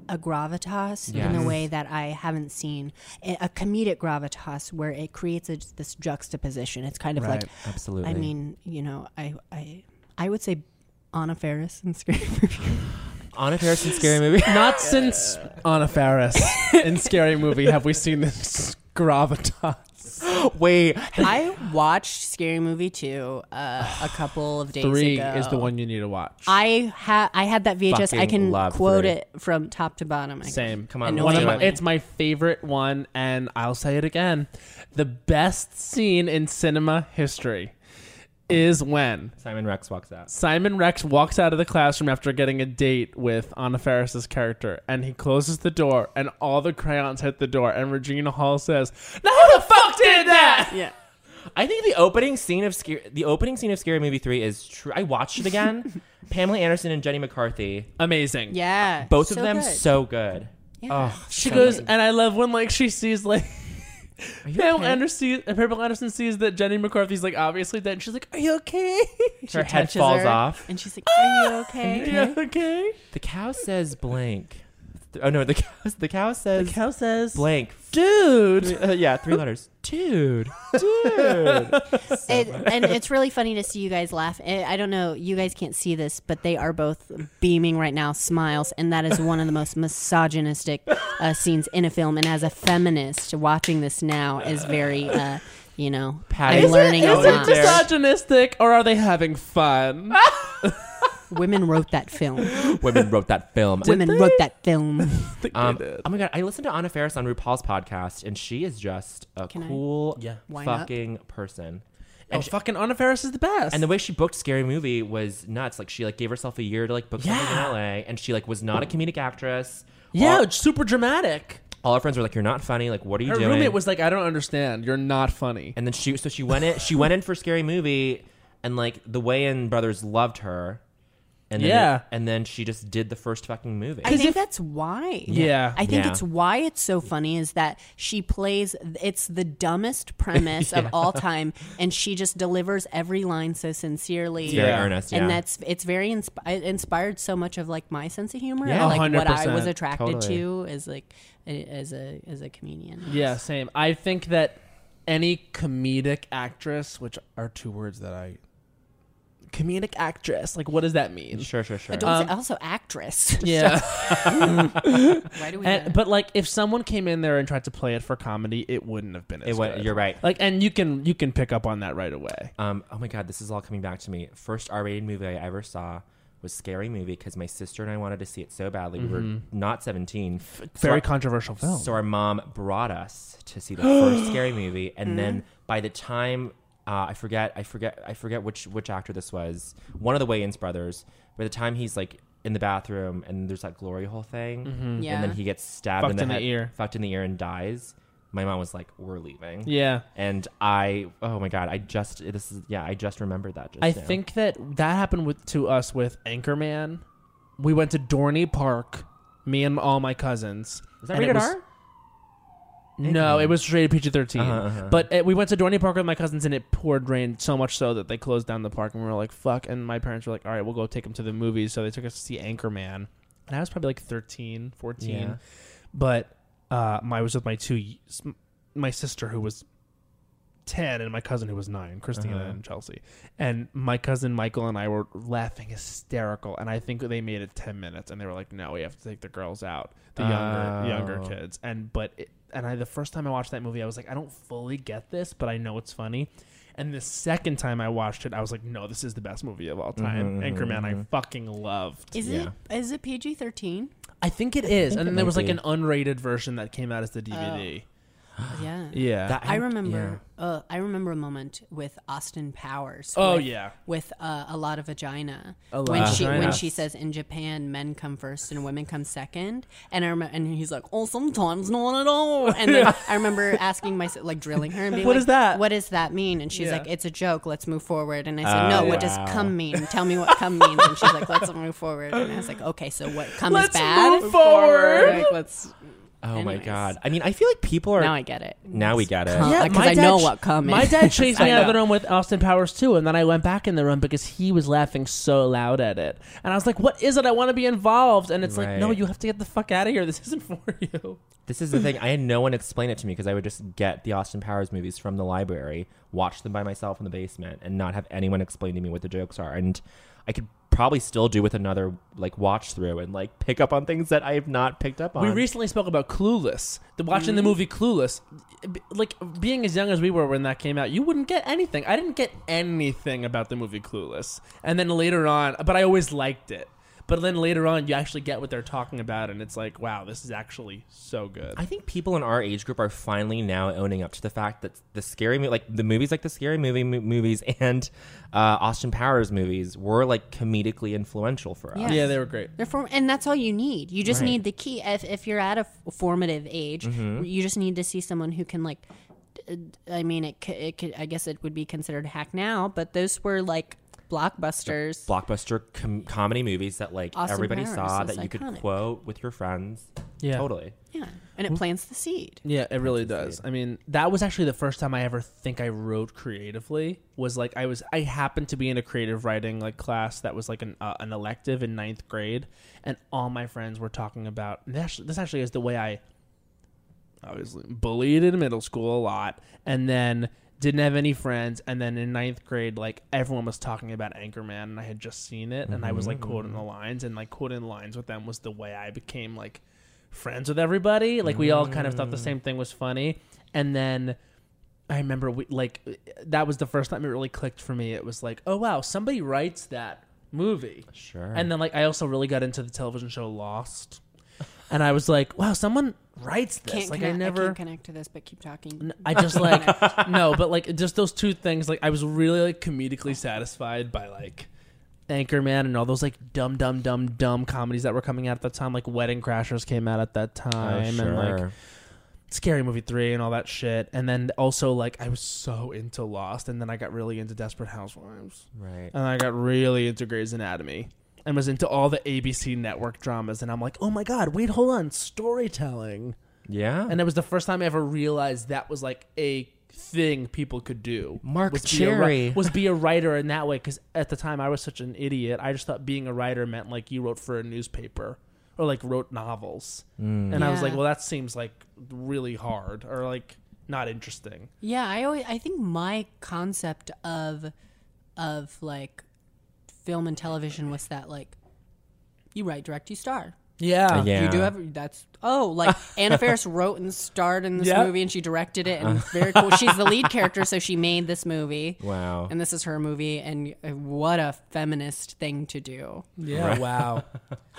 a gravitas in Yes. a way that I haven't seen a a comedic gravitas where it creates a, this juxtaposition. It's kind of like Absolutely. I mean, you know, I I I would say Anna Faris and Scary Movie. Anna Faris in Scary Movie. Not since Anna Faris in Scary Movie have we seen this gravitas. Wait. I watched Scary Movie two uh, a couple of days Three ago. is the one you need to watch. I had I had that VHS. I Fucking can love quote three. it from top to bottom. I Same. Come on, I know One let's of do my, Anyway. it's my favorite one, and I'll say it again. The best scene in cinema history is when Simon Rex walks out. Simon Rex walks out of the classroom after getting a date with Anna Faris's character, and he closes the door, and all the crayons hit the door, and Regina Hall says, "Now who the fuck did that?" Yeah. I think the opening scene of Scary, the opening scene of Scary Movie three is true. I watched it again. Pamela Anderson and Jenny McCarthy. Amazing. Yeah. Both so of them good. so good. Yeah. Oh, She goes, and I love when like she sees like. Pamela okay? Anderson, uh, Pamela Anderson sees that Jenny McCarthy's like obviously dead. And she's like, "Are you okay? her She head touches falls her, off. and she's like, "Are you Are okay?" you okay?" The cow says blank. Th- Oh no, the cow the cow says Cal says, blank. "Dude, Uh, yeah, three letters. Dude, dude. It, and it's really funny to see you guys laugh. I I don't know, you guys can't see this, but they are both beaming right now, smiles, and that is one of the most misogynistic uh, scenes in a film. And as a feminist, watching this now is very, uh, you know, Patty. I'm learning a is it lot. there. misogynistic or are they having fun?" Women wrote that film. Women wrote that film. Women wrote that film. Um, oh my god, I listened to Anna Faris on RuPaul's podcast, and she is just a Can I cool Yeah. Wine up? fucking person. Oh, fucking Anna Faris is the best. And the way she booked Scary Movie was nuts. Like she like gave herself a year to like book something in LA, and she like was not a comedic actress. yeah, all, it's super dramatic. all her friends were like, "You're not funny. Like, what are you Her doing?" roommate was like, "I don't understand. You're not funny." and then she so she went in she went in for Scary Movie, and like the Wayan brothers loved her, and then Yeah. and then she just did the first fucking movie. I think that's why. Yeah. I think Yeah. it's why it's so funny is that she plays it's the dumbest premise of all time and she just delivers every line so sincerely. It's very Yeah. earnest, yeah. And that's it's very insp- it inspired so much of like my sense of humor Yeah. and like what I 100%. was attracted Totally. to as like a- as a as a comedian. Yeah, same. I think that any comedic actress, which are two words that I comedic actress, like what does that mean? sure, sure, sure. But Um, also, also actress. Yeah. Why do we And, but like if someone came in there and tried to play it for comedy, it wouldn't have been as It went, good. you're right. Like and you can you can pick up on that right away. Um, oh my god, this is all coming back to me. First R-rated movie I ever saw was Scary Movie because my sister and I wanted to see it so badly. We were not 17. So Mm-hmm. Very our- controversial film. So our mom brought us to see the first Scary Movie, and then Mm-hmm. by the time uh, I forget, I forget, I forget which which actor this was. One of the Wayans brothers. By the time he's like in the bathroom, and there's that glory hole thing, Yeah. and then he gets stabbed Mm-hmm. Fucked in the, in the head- ear. fucked in the ear, and dies. My mom was like, "We're leaving." yeah. And I, oh my god, I just this is yeah, I just remembered that. Just I now. think that that happened with to us with Anchorman. We went to Dorney Park, me and all my cousins. is that and it rated was- R? No, it was rated PG 13 Uh-huh, uh-huh. But it, we went to Dorney Park with my cousins, and it poured rain so much so that they closed down the park, and we were like, "Fuck!" And my parents were like, "All right, we'll go take them to the movies." So they took us to see Anchorman, and I was probably like 13, 14. Yeah. But uh, my, I was with my two, y- s- my sister who was ten, and my cousin who was nine, Christina Uh-huh. and Chelsea. And my cousin Michael and I were laughing hysterical, and I think they made it ten minutes, and they were like, "No, we have to take the girls out, the younger younger Oh. kids." kids. And but it, and I the first time I watched that movie, I was like, I don't fully get this, but I know it's funny. And the second time I watched it, I was like, no, this is the best movie of all Mm-hmm, time. Anchorman, I fucking loved. Is it is it PG thirteen? I think it is. and it then there might was like be. an unrated version that came out as the DVD. Yeah. Yeah. That- I remember. Uh, I remember a moment with Austin Powers. Oh, with- yeah. with uh, a lot of vagina. lot when of she vagina. when she says in Japan men come first and women come second, and I remember, and he's like, oh, sometimes not at all. And then I remember asking myself, like drilling her and being, What like, is that? What does that mean? And she's Yeah. Ah, like, it's a joke. Let's move forward. And I said, no. What does come mean? Tell me what come means. And she's like, let's move forward. And I was like, okay, so what come Let's is bad? move forward. Like, let's Oh my Anyways. god. I mean, I feel like people are now I get it. Now we get it. Cum. Yeah, Like, 'cause my I dad know ch- what cum My is. dad chased me I out of know. the room with Austin Powers too, and then I went back in the room because he was laughing so loud at it, and I was like, "What is it? I want to be involved." And it's like, "No, Right. you have to get the fuck out of here. This isn't for you." This is the thing. I had no one explain it to me because I would just get the Austin Powers movies from the library, watch them by myself in the basement, and not have anyone explain to me what the jokes are. And I could probably still do with another like watch through and like pick up on things that I have not picked up on. We recently spoke about Clueless. The, watching the movie Clueless, b- like being as young as we were when that came out, you wouldn't get anything. I didn't get anything about the movie Clueless, and then later on, but I always liked it. But then later on, you actually get what they're talking about, and it's like, wow, this is actually so good. I think people in our age group are finally now owning up to the fact that the scary, mo- like the movies, like the scary movie mo- movies and uh, Austin Powers movies, were like comedically influential for us. Yeah. yeah, they were great. They're form- and that's all you need. You just need the key. If, if you're at a f- formative age, Mm-hmm. you just need to see someone who can like. d- I mean, it. c- It could. I guess it would be considered hack now, but those were like blockbusters. Blockbuster com- comedy movies that like Austin everybody Powers saw is that you could iconic. quote with your friends. Yeah. Totally. yeah, and Mm-hmm. it plants the seed. Yeah, it really does. I mean, that was actually the first time I ever think I wrote creatively. Was like I was I happened to be in a creative writing like class that was like an uh, an elective in ninth grade, and all my friends were talking about. and Actually, this actually is the way I I was bullied in middle school a lot, and then didn't have any friends. And then in ninth grade, like everyone was talking about Anchorman, and I had just seen it, and I was like quoting the lines, and like quoting lines with them was the way I became like friends with everybody. Like we all kind of thought the same thing was funny, and then. I remember we like that was the first time it really clicked for me. It was like, oh wow, somebody writes that movie. Sure. And then like I also really got into the television show Lost. And I was like, wow, someone writes this. Can't like connect, I never can't connect to this, but keep talking. N- I just like no, but like just those two things. Like I was really like comedically satisfied by like Anchorman and all those like dumb, dumb, dumb, dumb comedies that were coming out at that time. Like Wedding Crashers came out at that time, and like Scary Movie Three and all that shit. And then also like I was so into Lost, and then I got really into Desperate Housewives, right. and I got really into Grey's Anatomy. And was into all the ABC network dramas, and I'm like, oh my god, wait, hold on, storytelling. yeah. And it was the first time I ever realized that was like a thing people could do. Mark was be a ri- Cherry. was be a writer in that way because at the time I was such an idiot. I just thought being a writer meant like you wrote for a newspaper or like wrote novels, and I was like, Yeah. well, that seems like really hard or like not interesting. Yeah, I always I think my concept of of like film and television was that like you write, direct, you star. Yeah, yeah. You do have that's oh like Anna Faris wrote and starred in this Yep. movie and she directed it and it's very cool. She's the lead character, so she made this movie. wow. And this is her movie, and uh, what a feminist thing to do. yeah. Wow.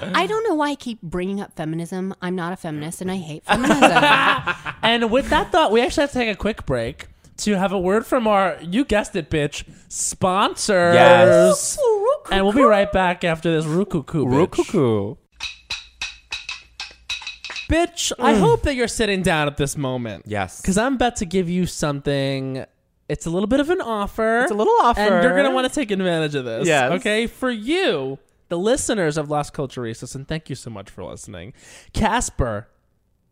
I don't know why I keep bringing up feminism. I'm not a feminist, and I hate feminism. and with that thought, we actually have to take a quick break. To have a word from our, you guessed it, bitch, sponsors. Yes. And we'll be right back after this Rukuku. bitch. Rukuku. Bitch, I hope that you're sitting down at this moment. Mm. Yes. Because I'm about to give you something. It's a little bit of an offer. It's a little offer. And you're going to want to take advantage of this. Yes. Okay. For you, the listeners of Las Culturistas, and thank you so much for listening, Casper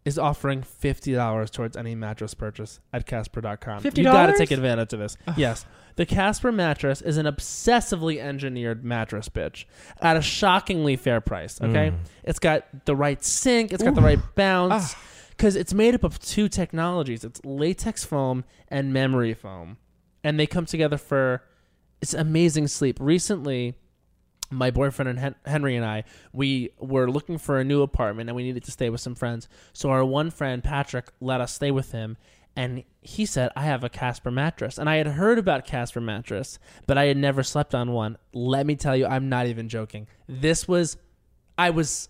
is offering $50 towards any mattress purchase at Casper.com. You got to $50? take advantage of this. yes. The Casper mattress is an obsessively engineered mattress, bitch, at a shockingly fair price. Mm. Okay. It's got the right sink, it's got the right Ah. bounce. Because it's made up of two technologies. It's latex foam and memory foam. And they come together for it's amazing sleep. Recently, my boyfriend and Hen- Henry and I, we were looking for a new apartment and we needed to stay with some friends. So our one friend Patrick let us stay with him and he said, "I have a Casper mattress." And I had heard about Casper mattress, but I had never slept on one. Let me tell you, I'm not even joking. This was I was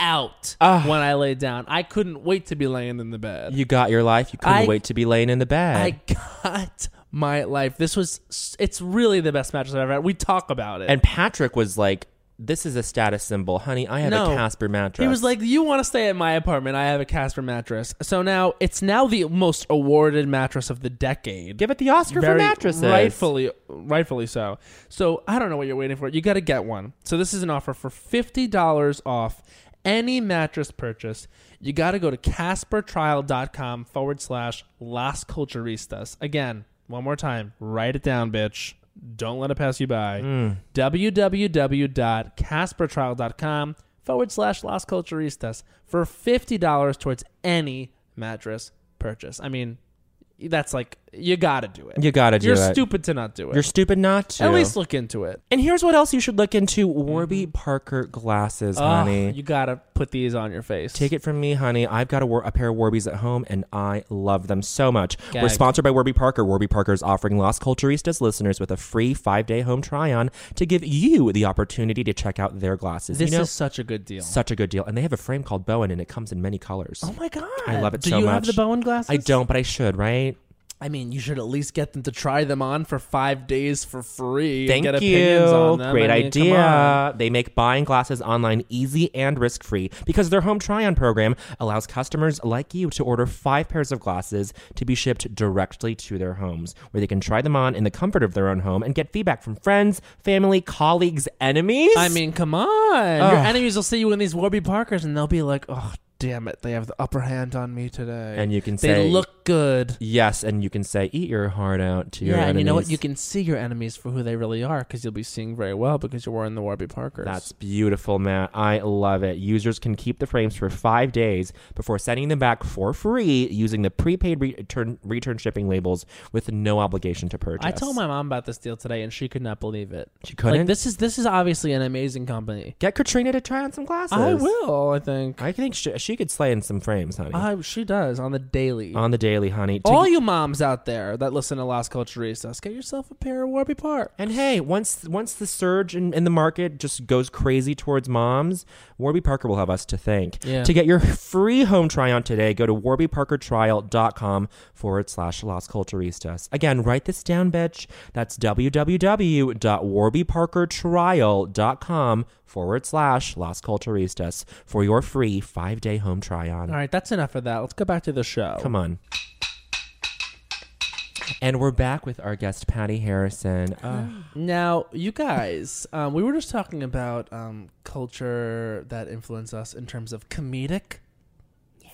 out Ah. when I laid down. I couldn't wait to be laying in the bed. You got your life. You couldn't I- wait to be laying in the bed. I got my life. This was it's really the best mattress I've ever had. We talk about it. and Patrick was like, "This is a status symbol, honey. I have No. a Casper mattress." He was like, "You want to stay at my apartment? I have a Casper mattress." So now it's now the most awarded mattress of the decade. "Give it the Oscar for Very mattresses." rightfully, rightfully so. So I don't know what you're waiting for. You got to get one. So this is an offer for fifty dollars off any mattress purchase, you got to go to CasperTrial.com forward slash Las Culturistas. Again, one more time, write it down, bitch. Don't let it pass you by. www.caspertrial.com forward slash Las Culturistas for $50 towards any mattress purchase. I mean, that's like, you got to do it. You gotta do You're it. stupid to not do it. You're stupid not to. At least look into it. And here's what else you should look into: Warby Parker glasses, Oh, honey. you gotta put these on your face. Take it from me, honey. I've got a, war- a pair of Warbies at home, and I love them so much. We're Gag. sponsored by Warby Parker. Warby Parker is offering Las Culturistas listeners with a free five-day home try-on to give you the opportunity to check out their glasses. This you know, is such a good deal. such a good deal, and they have a frame called Bowen, and it comes in many colors. oh my god! I love it Do so you have much. the Bowen glasses? I don't, but I should, right? I mean, you should at least get them to try them on for five days for free. Thank and get you. Opinions on them. Great I mean, come on. idea. Uh, They make buying glasses online easy and um, risk free because their home try on program allows customers like you to order five pairs of glasses to be shipped directly to their homes, where they can try them on in the comfort of their own home and get feedback from friends, family, colleagues, enemies. I mean, come on. Your enemies will see you in these Warby Parkers, and they'll be like, "Oh, damn it! They have the upper hand on me today." And you can they say- look good. yes, and you can say, eat your heart out to your yeah, and you know what? enemies. You can see your enemies for who they really are because you'll be seeing very well because you're wearing the Warby Parkers. That's beautiful, Matt. I love it. Users can keep the frames for five days before sending them back for free using the prepaid return return shipping labels with no obligation to purchase. I told my mom about this deal today, and she could not believe it. She couldn't? Like this is this is obviously an amazing company. get Katrina to try on some glasses. I will. I think. I think she, she could slay in some frames, honey. I, she does on the daily. on the daily, honey. Uh, To- All you moms out there that listen to Las Culturistas, get yourself a pair of Warby Park. and hey, once once the surge in, in the market just goes crazy towards moms, Warby Parker will have us to thank. Yeah. To get your free home try on today, go to warbyparkertrial.com forward slash Las Culturistas. Again, write this down, bitch. That's www.warbyparkertrial.com forward slash Las Culturistas for your free five day home try on. All right, that's enough of that. Let's go back to the show. Come on. And we're back with our guest, Patty Harrison. Oh, Now, you guys, um, we were just talking about um, culture that influenced us in terms of comedic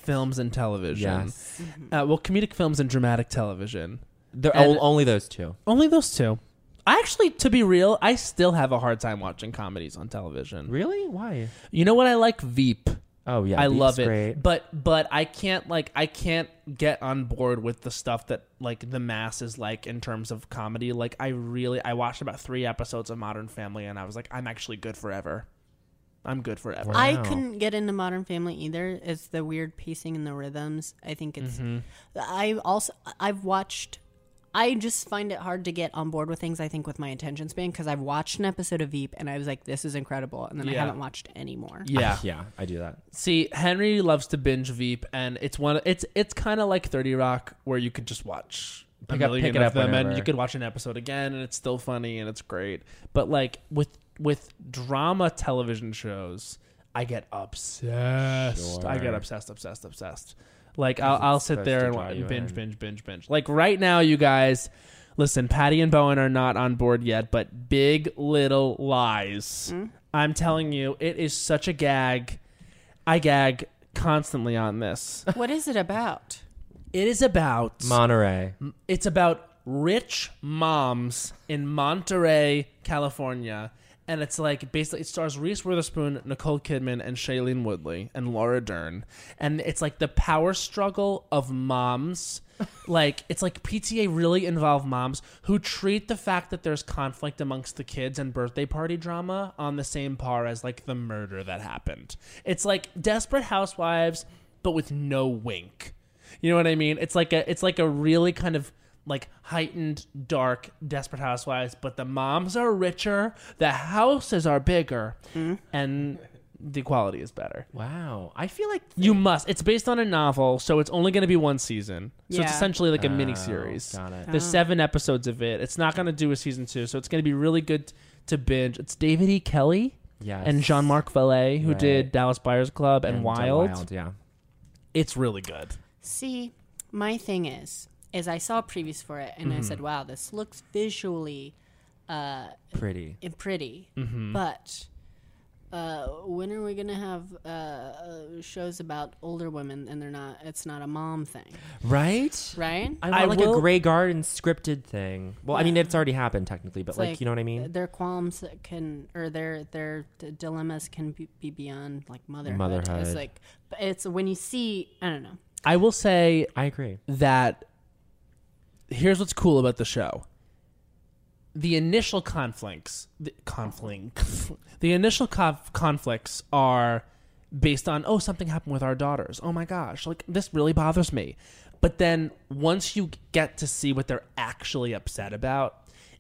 films and television. yes. Uh, well, comedic films and dramatic television. There, And- o- only those two. Only those two. I actually, to be real, I still have a hard time watching comedies on television. Really? Why? You know what I like? Veep. Oh, yeah. I Veep's love it. Great. But but I can't like I can't get on board with the stuff that like the mass is like in terms of comedy. Like I really I watched about three episodes of Modern Family and I was like, I'm actually good forever. I'm good forever. I Wow. couldn't get into Modern Family either. It's the weird pacing and the rhythms. I think it's. Mm-hmm. I also I've watched. I just find it hard to get on board with things. I think with my attention span because I've watched an episode of Veep and I was like, "This is incredible," and then I Yeah. haven't watched any more. yeah. Ah, Yeah, I do that. See, Henry loves to binge Veep, and it's one. It's it's kind of like Thirty Rock, where you could just watch a Pick up- million pick it of up them, and whenever. you could watch an episode again, and it's still funny and it's great. But like with with drama television shows, I get obsessed. I get Sure. obsessed, obsessed, obsessed. Like I'll, I'll sit supposed there to and draw wa- you binge, in. binge, binge, binge. Like right now, you guys. Listen, Patty and Bowen are not on board yet, but Big Little Lies. I'm telling you, it is such a gag. I gag constantly on this. What is it about? It is about Monterey. it's about rich moms in Monterey, California. And it's like basically it stars Reese Witherspoon, Nicole Kidman, and Shailene Woodley and Laura Dern. And it's like the power struggle of moms. like it's like PTA really involved moms who treat the fact that there's conflict amongst the kids and birthday party drama on the same par as like the murder that happened. It's like desperate housewives, but with no wink. You know what I mean? It's like a it's like a really kind of like heightened, dark, desperate housewives, but the moms are richer, the houses are bigger, Mm-hmm. and the quality is better. Wow. I feel like You must. It's based on a novel, so it's only going to be one season. So it's Yeah. essentially like a mini series. Oh, got it. There's seven episodes of it. It's not going to do a season two, so it's going to be really good to binge. It's David E. Kelly Yes. and Jean Marc Vallée, who Right. did Dallas Buyers Club and, And, uh, Wild. yeah. It's really good. See, my thing is, is I saw previews for it and I Mm-hmm. said, "Wow, this looks visually Pretty. Mm-hmm. and pretty," but uh, when are we gonna have uh, uh, shows about older women and they're not? It's not a mom thing, Right? right? I want I like will- a Grey Garden scripted thing. Well, I mean, it's already happened technically, but It's uh, like, you know what I mean? Their qualms that can, or their their d- dilemmas can be, be beyond like motherhood. It's Motherhood. like but it's when you see. I don't know. I will say I agree. that here's what's cool about the show. The initial conflicts, the conflict, the initial conf- conflicts are based on oh something happened with our daughters. Oh my gosh, like this really bothers me. But then once you get to see what they're actually upset about,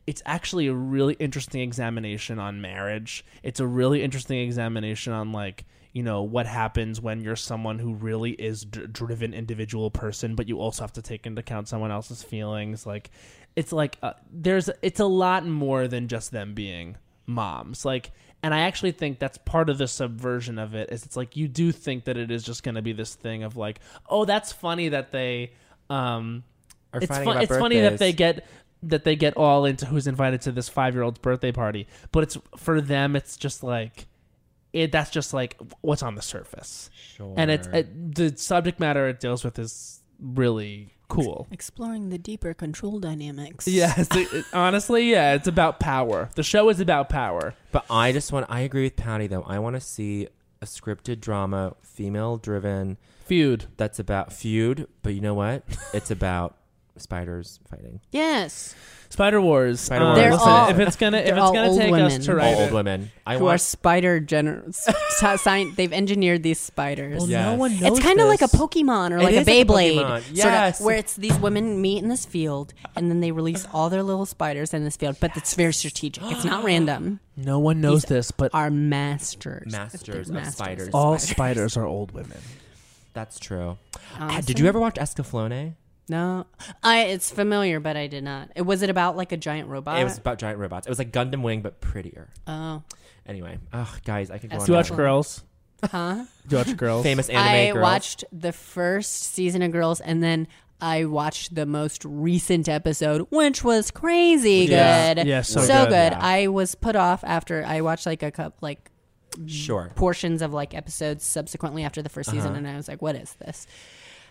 it's actually a really interesting examination on marriage. It's a really interesting examination on like you know what happens when you're someone who really is d- driven individual person but you also have to take into account someone else's feelings like it's like uh, there's it's a lot more than just them being moms like and i actually think that's part of the subversion of it is it's like you do think that it is just going to be this thing of like oh that's funny that they um Are it's, fighting fun- about it's funny that birthdays. they get that they get all into who's invited to this five year old's birthday party but it's for them it's just like it that's just like what's on the surface Sure. and it's it, the subject matter it deals with is really cool Exploring the deeper control dynamics. yes it- it- honestly yeah it's about power the show is about power But I just want, I agree with Patty though. I want to see a scripted drama, female driven, feud that's about feud, but you know what? It's about spiders fighting. Yes. spider wars Spider Um, Wars. They're listen, all- if it's gonna if they're it's all gonna old take women. us to All write All old it, women. I who are want spider generators? they've engineered these spiders. well, no Yes. one knows It's kind of like a this. Pokemon or It like a is like a Beyblade, Pokemon. sorta, Yes. where it's these women meet in this field, and then they release all their little spiders in this field. But it's very strategic; it's not random. no one knows These this but Are masters, masters They're of spiders. all spiders are old women That's true. Honestly. Did you ever watch Escaflowne? No, I. It's familiar, but I did not. It was it about like a giant robot? It was about giant robots. It was like Gundam Wing, but prettier. Uh, oh, Anyway, oh, guys, I could go Escaflowne. on. do you watch and on. girls huh? do you watch girls famous anime I girls. watched the first season of Girls, and then. I watched the most recent episode, which was crazy Yeah. good. Yeah, so so good. good. I was put off after I watched like a cup, like Sure. portions of like episodes subsequently after the 1st Uh-huh. season, and I was like, "What is this?"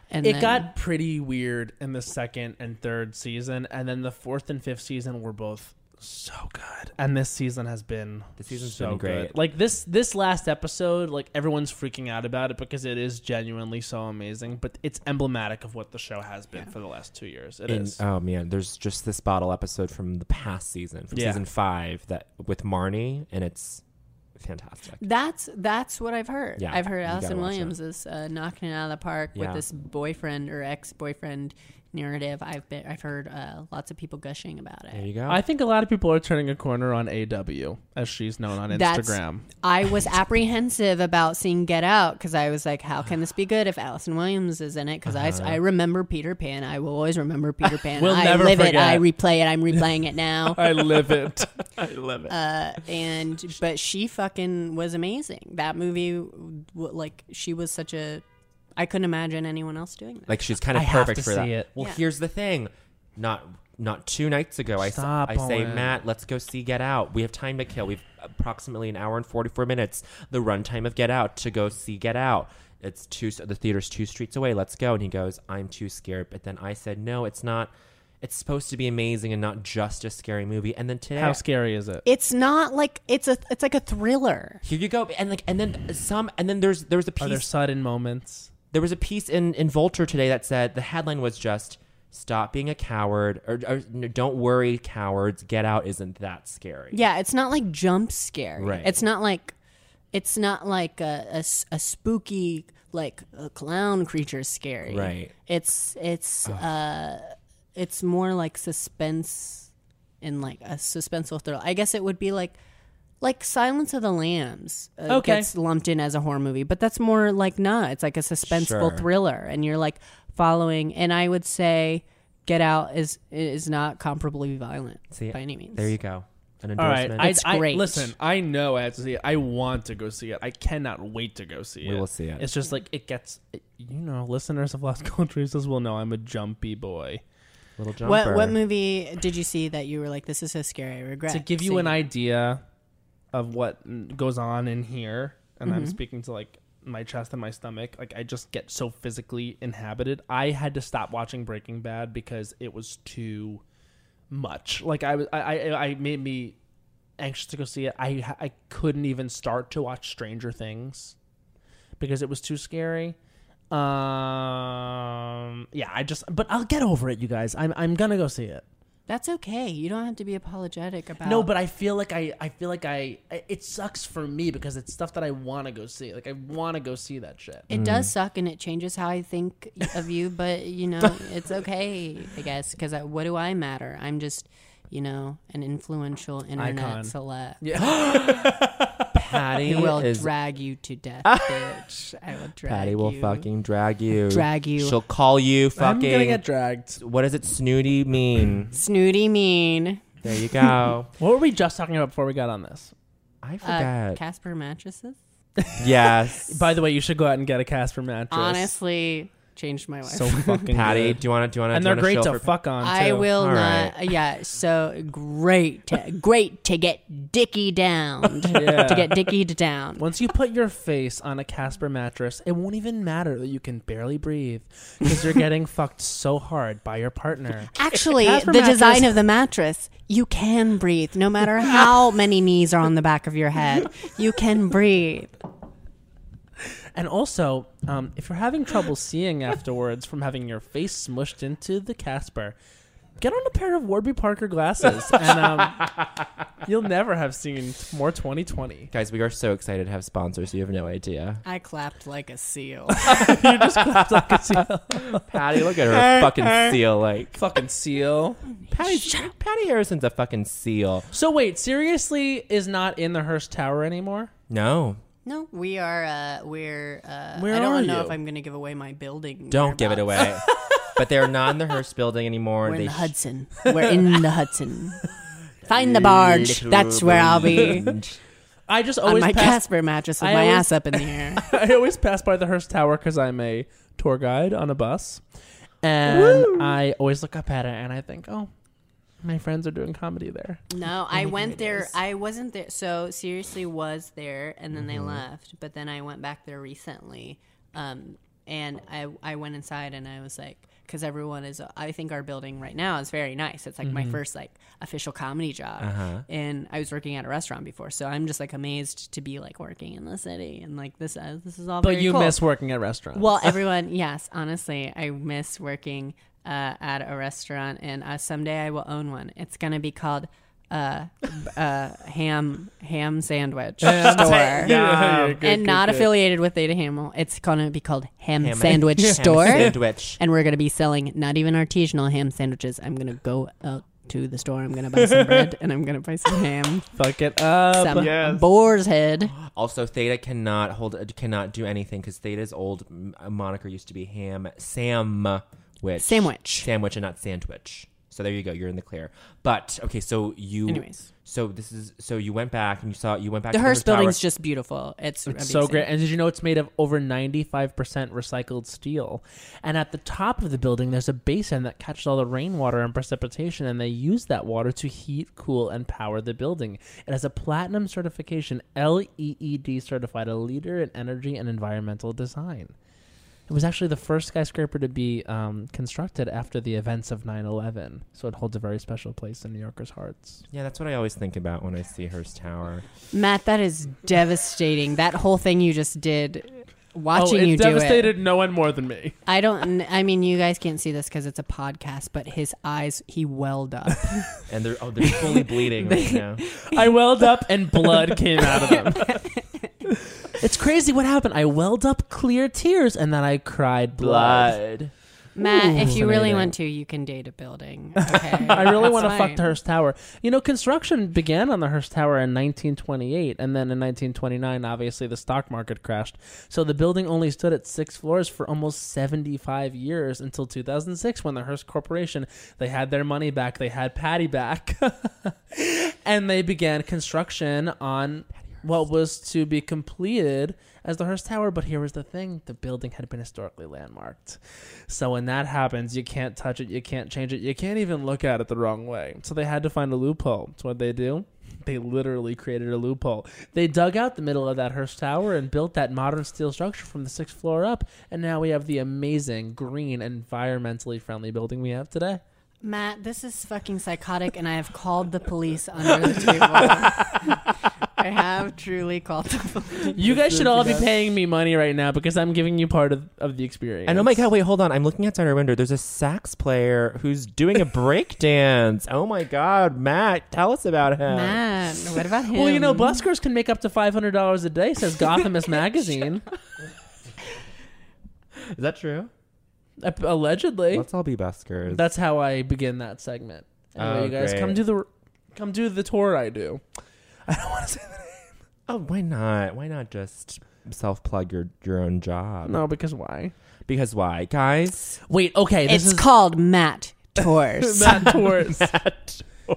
And it then- got pretty weird in the second and third season, and then the fourth and fifth season were both so good. And this season has been This season's so been great. good. Like this this last episode, like everyone's freaking out about it because it is genuinely so amazing. But it's emblematic of what the show has been for the last two years. It is. In- uh, oh man, there's just this bottle episode from the past season, from Yeah. season five, that with Marnie, and it's fantastic. that's that's what I've heard. Yeah, I've heard you gotta Allison watch Williams is uh, knocking it out of the park Yeah. with this boyfriend or ex boyfriend narrative. I've been I've heard uh, lots of people gushing about There it. you go. I think a lot of people are turning a corner on AW, as she's known on That's- Instagram. I was apprehensive about seeing Get Out because I was like, how can this be good if Allison Williams is in it? Because Uh-huh. I, I remember Peter Pan. I will always remember Peter Pan. We'll I never live it. forget. I replay it. I'm replaying it now. I live it. I live it. uh, and but she fucking was amazing. That movie, w- like she was such a, I couldn't imagine anyone else doing that. like she's kind of I have perfect to for that. see it. Well, Yeah. here's the thing. Not not two nights ago, I s- Stop, I say, Owen. Matt, let's go see Get Out. We have time to kill. We've approximately an hour and forty four minutes, the runtime of Get Out, to go see Get Out. It's two. The theater's two streets away. Let's go. And he goes, I'm too scared. But then I said, No, it's not. It's supposed to be amazing and not just a scary movie. And then today, How scary is it? It's not like it's a it's like a thriller. here you go. And like, and then some. And then there's there was a Are there piece sudden moments? there was a piece in, in Vulture today that said the headline was just "Stop being a coward" or, or no, "Don't worry, cowards, Get Out isn't that scary." Yeah, it's not like jump scare. Right. It's not like, it's not like a a s- a spooky like a clown creature scary. Right. It's it's uh, it's more like suspense and like a suspenseful thrill. I guess it would be like. Like Silence of the Lambs uh, Okay. gets lumped in as a horror movie, but that's more like not. It's like a suspenseful Sure. thriller, and you're like following. And I would say, Get Out is is not comparably violent See, by any means. There you go. An All right, endorsement. I, It's I- great. Listen, I know I have to see it. I want to go see it. I cannot wait to go see it. We will see it. It's just like it gets. You know, listeners of Lost Countries as well know I'm a jumpy boy. Little jumper. What what movie did you see that you were like, this is so scary? I regret To give you seeing an it." idea of what mm, goes on in here, and I'm speaking to like my chest and my stomach, like I just get so physically inhabited. I had to stop watching Breaking Bad because it was too much. Like I was, I, I, I made me anxious to go see it. I, I couldn't even start to watch Stranger Things because it was too scary. Um, yeah, I just, but I'll get over it, you guys. I'm, I'm gonna go see it. That's okay. You don't have to be apologetic about. No, but I feel like I, I feel like I, I- it sucks for me because it's stuff that I want to go see. Like I want to go see that shit. it does suck, and it changes how I think of you. But you know, it's okay, I guess. Because what do I matter? I'm just, you know, an influential internet Icon. celeb. Patty I will is drag you to death, bitch. I will drag Patty you. will fucking drag you. Drag you. She'll call you I'm fucking. gonna get dragged. what does it snooty mean? snooty mean. there you go. What were we just talking about before we got on this? I Uh, forget. Casper mattresses. yes. By the way, you should go out and get a Casper mattress. Honestly, changed my life. so fucking Patty, good. do you want to? Do you want to? and they're great to fuck on. Too. I will All not. Yeah. So great, to- great to get Dicky down. To get Dicky down. Once you put your face on a Casper mattress, it won't even matter that you can barely breathe because you're getting fucked so hard by your partner. Actually, Casper the mattress- design of the mattress, you can breathe no matter how many knees are on the back of your head. You can breathe. And also, um, if you're having trouble seeing afterwards from having your face smushed into the Casper, get on a pair of Warby Parker glasses, and um, you'll never have seen more 2020. Guys, we are so excited to have sponsors. You have no idea. I clapped like a seal. Patty, look at her fucking seal. Like Fucking seal. Patty, Patty Harrison's a fucking seal. So wait, seriously, is not in the Hearst Tower anymore? No, No, we are. Uh, we're. Uh, Where I don't are know you? if I'm going to give away my building. don't give it whereabouts. away. but they're not in the Hearst building anymore. We're in they the sh- Hudson. We're in the Hudson. Find the barge. That's where I'll be. I just On always my pass. Casper mattress with I my always- ass up in the air. I always pass by the Hearst Tower because I'm a tour guide on a bus, and I always look up at it and I think, oh, my friends are doing comedy there. No, I went there. I wasn't there. So seriously, was there, and then they left. But then I went back there recently, um, and I I went inside and I was like, because everyone is. I think our building right now is very nice. It's like my Mm-hmm. first like official comedy job, Uh-huh. and I was working at a restaurant before, so I'm just like amazed to be like working in the city and like this. Uh, this is all. But very you cool. miss working at restaurants. Well, everyone, yes, honestly, I miss working uh, at a restaurant, and uh, someday I will own one. It's gonna be called uh, b- uh, Ham Ham Sandwich Store, Yeah, and not affiliated with Theta Hamel. It's gonna be called Ham, Ham- Sandwich Ham Store, Sandwich. and we're gonna be selling not even artisanal ham sandwiches. I'm gonna go out to the store. I'm gonna buy some bread, and I'm gonna buy some ham, fuck it up. some boar's head. Also, Theta cannot hold, cannot do anything because Theta's old m- uh, moniker used to be Ham Sam Witch Sandwich. sandwich, and not sandwich. So there you go, you're in the clear. But okay, so you, Anyways. so this is so you went back and you saw you went back. The to Hearst Tower. building's just beautiful. It's, It's so amazing. great. And did you know it's made of over 95% recycled steel? And at the top of the building, there's a basin that catches all the rainwater and precipitation, and they use that water to heat, cool, and power the building. It has a platinum certification, LEED certified, a leader in energy and environmental design. It was actually the first skyscraper to be um, constructed after the events of 9 11, so it holds a very special place in New Yorkers' hearts. Yeah, that's what I always think about when I see Hearst Tower. Matt, that is devastating. That whole thing you just did, Oh, watching you do it. no one more than me. I don't. I mean, you guys can't see this because it's a podcast, but his eyes, he welled up. And they're oh, they're fully bleeding right now. I welled up and blood came out of them. it's crazy what happened. I welled up clear tears and then I cried blood. Blood. Matt, if you really Fascinating. want to, you can date a building. Okay, I really That's want to fuck fine. the Hearst Tower. You know, construction began on the Hearst Tower in 1928, and then in 1929, obviously, the stock market crashed. So the building only stood at six floors for almost 75 years until 2006, when the Hearst Corporation they had their money back, they had Patty back, and they began construction on what was to be completed as the Hearst Tower. But here was the thing: the building had been historically landmarked. So when that happens, you can't touch it, you can't change it, you can't even look at it the wrong way. So they had to find a loophole. So what they do? they literally created a loophole. They dug out the middle of that Hearst Tower and built that modern steel structure from the sixth floor up, and now we have the amazing green, environmentally friendly building we have today. Matt, this is fucking psychotic, and I have called the police under the table. I have truly called the police. You guys should all be paying me money right now because I'm giving you part of, of the experience. And oh my god, wait, hold on. I'm looking outside our window. There's a sax player who's doing a break dance. Oh my god, Matt, tell us about him. Matt, what about him? Well, you know, buskers can make up to five hundred dollars a day, says Gothamist magazine. Is that true? Ap- Allegedly, Let's all be buskers. that's how I begin that segment. Anyway, Oh, you guys great. come do the come do the tour I do. oh, why not? Why not just self plug your your own job? No, because why? Because why, guys? Wait, okay, this is It's called Matt Tours. Matt tours,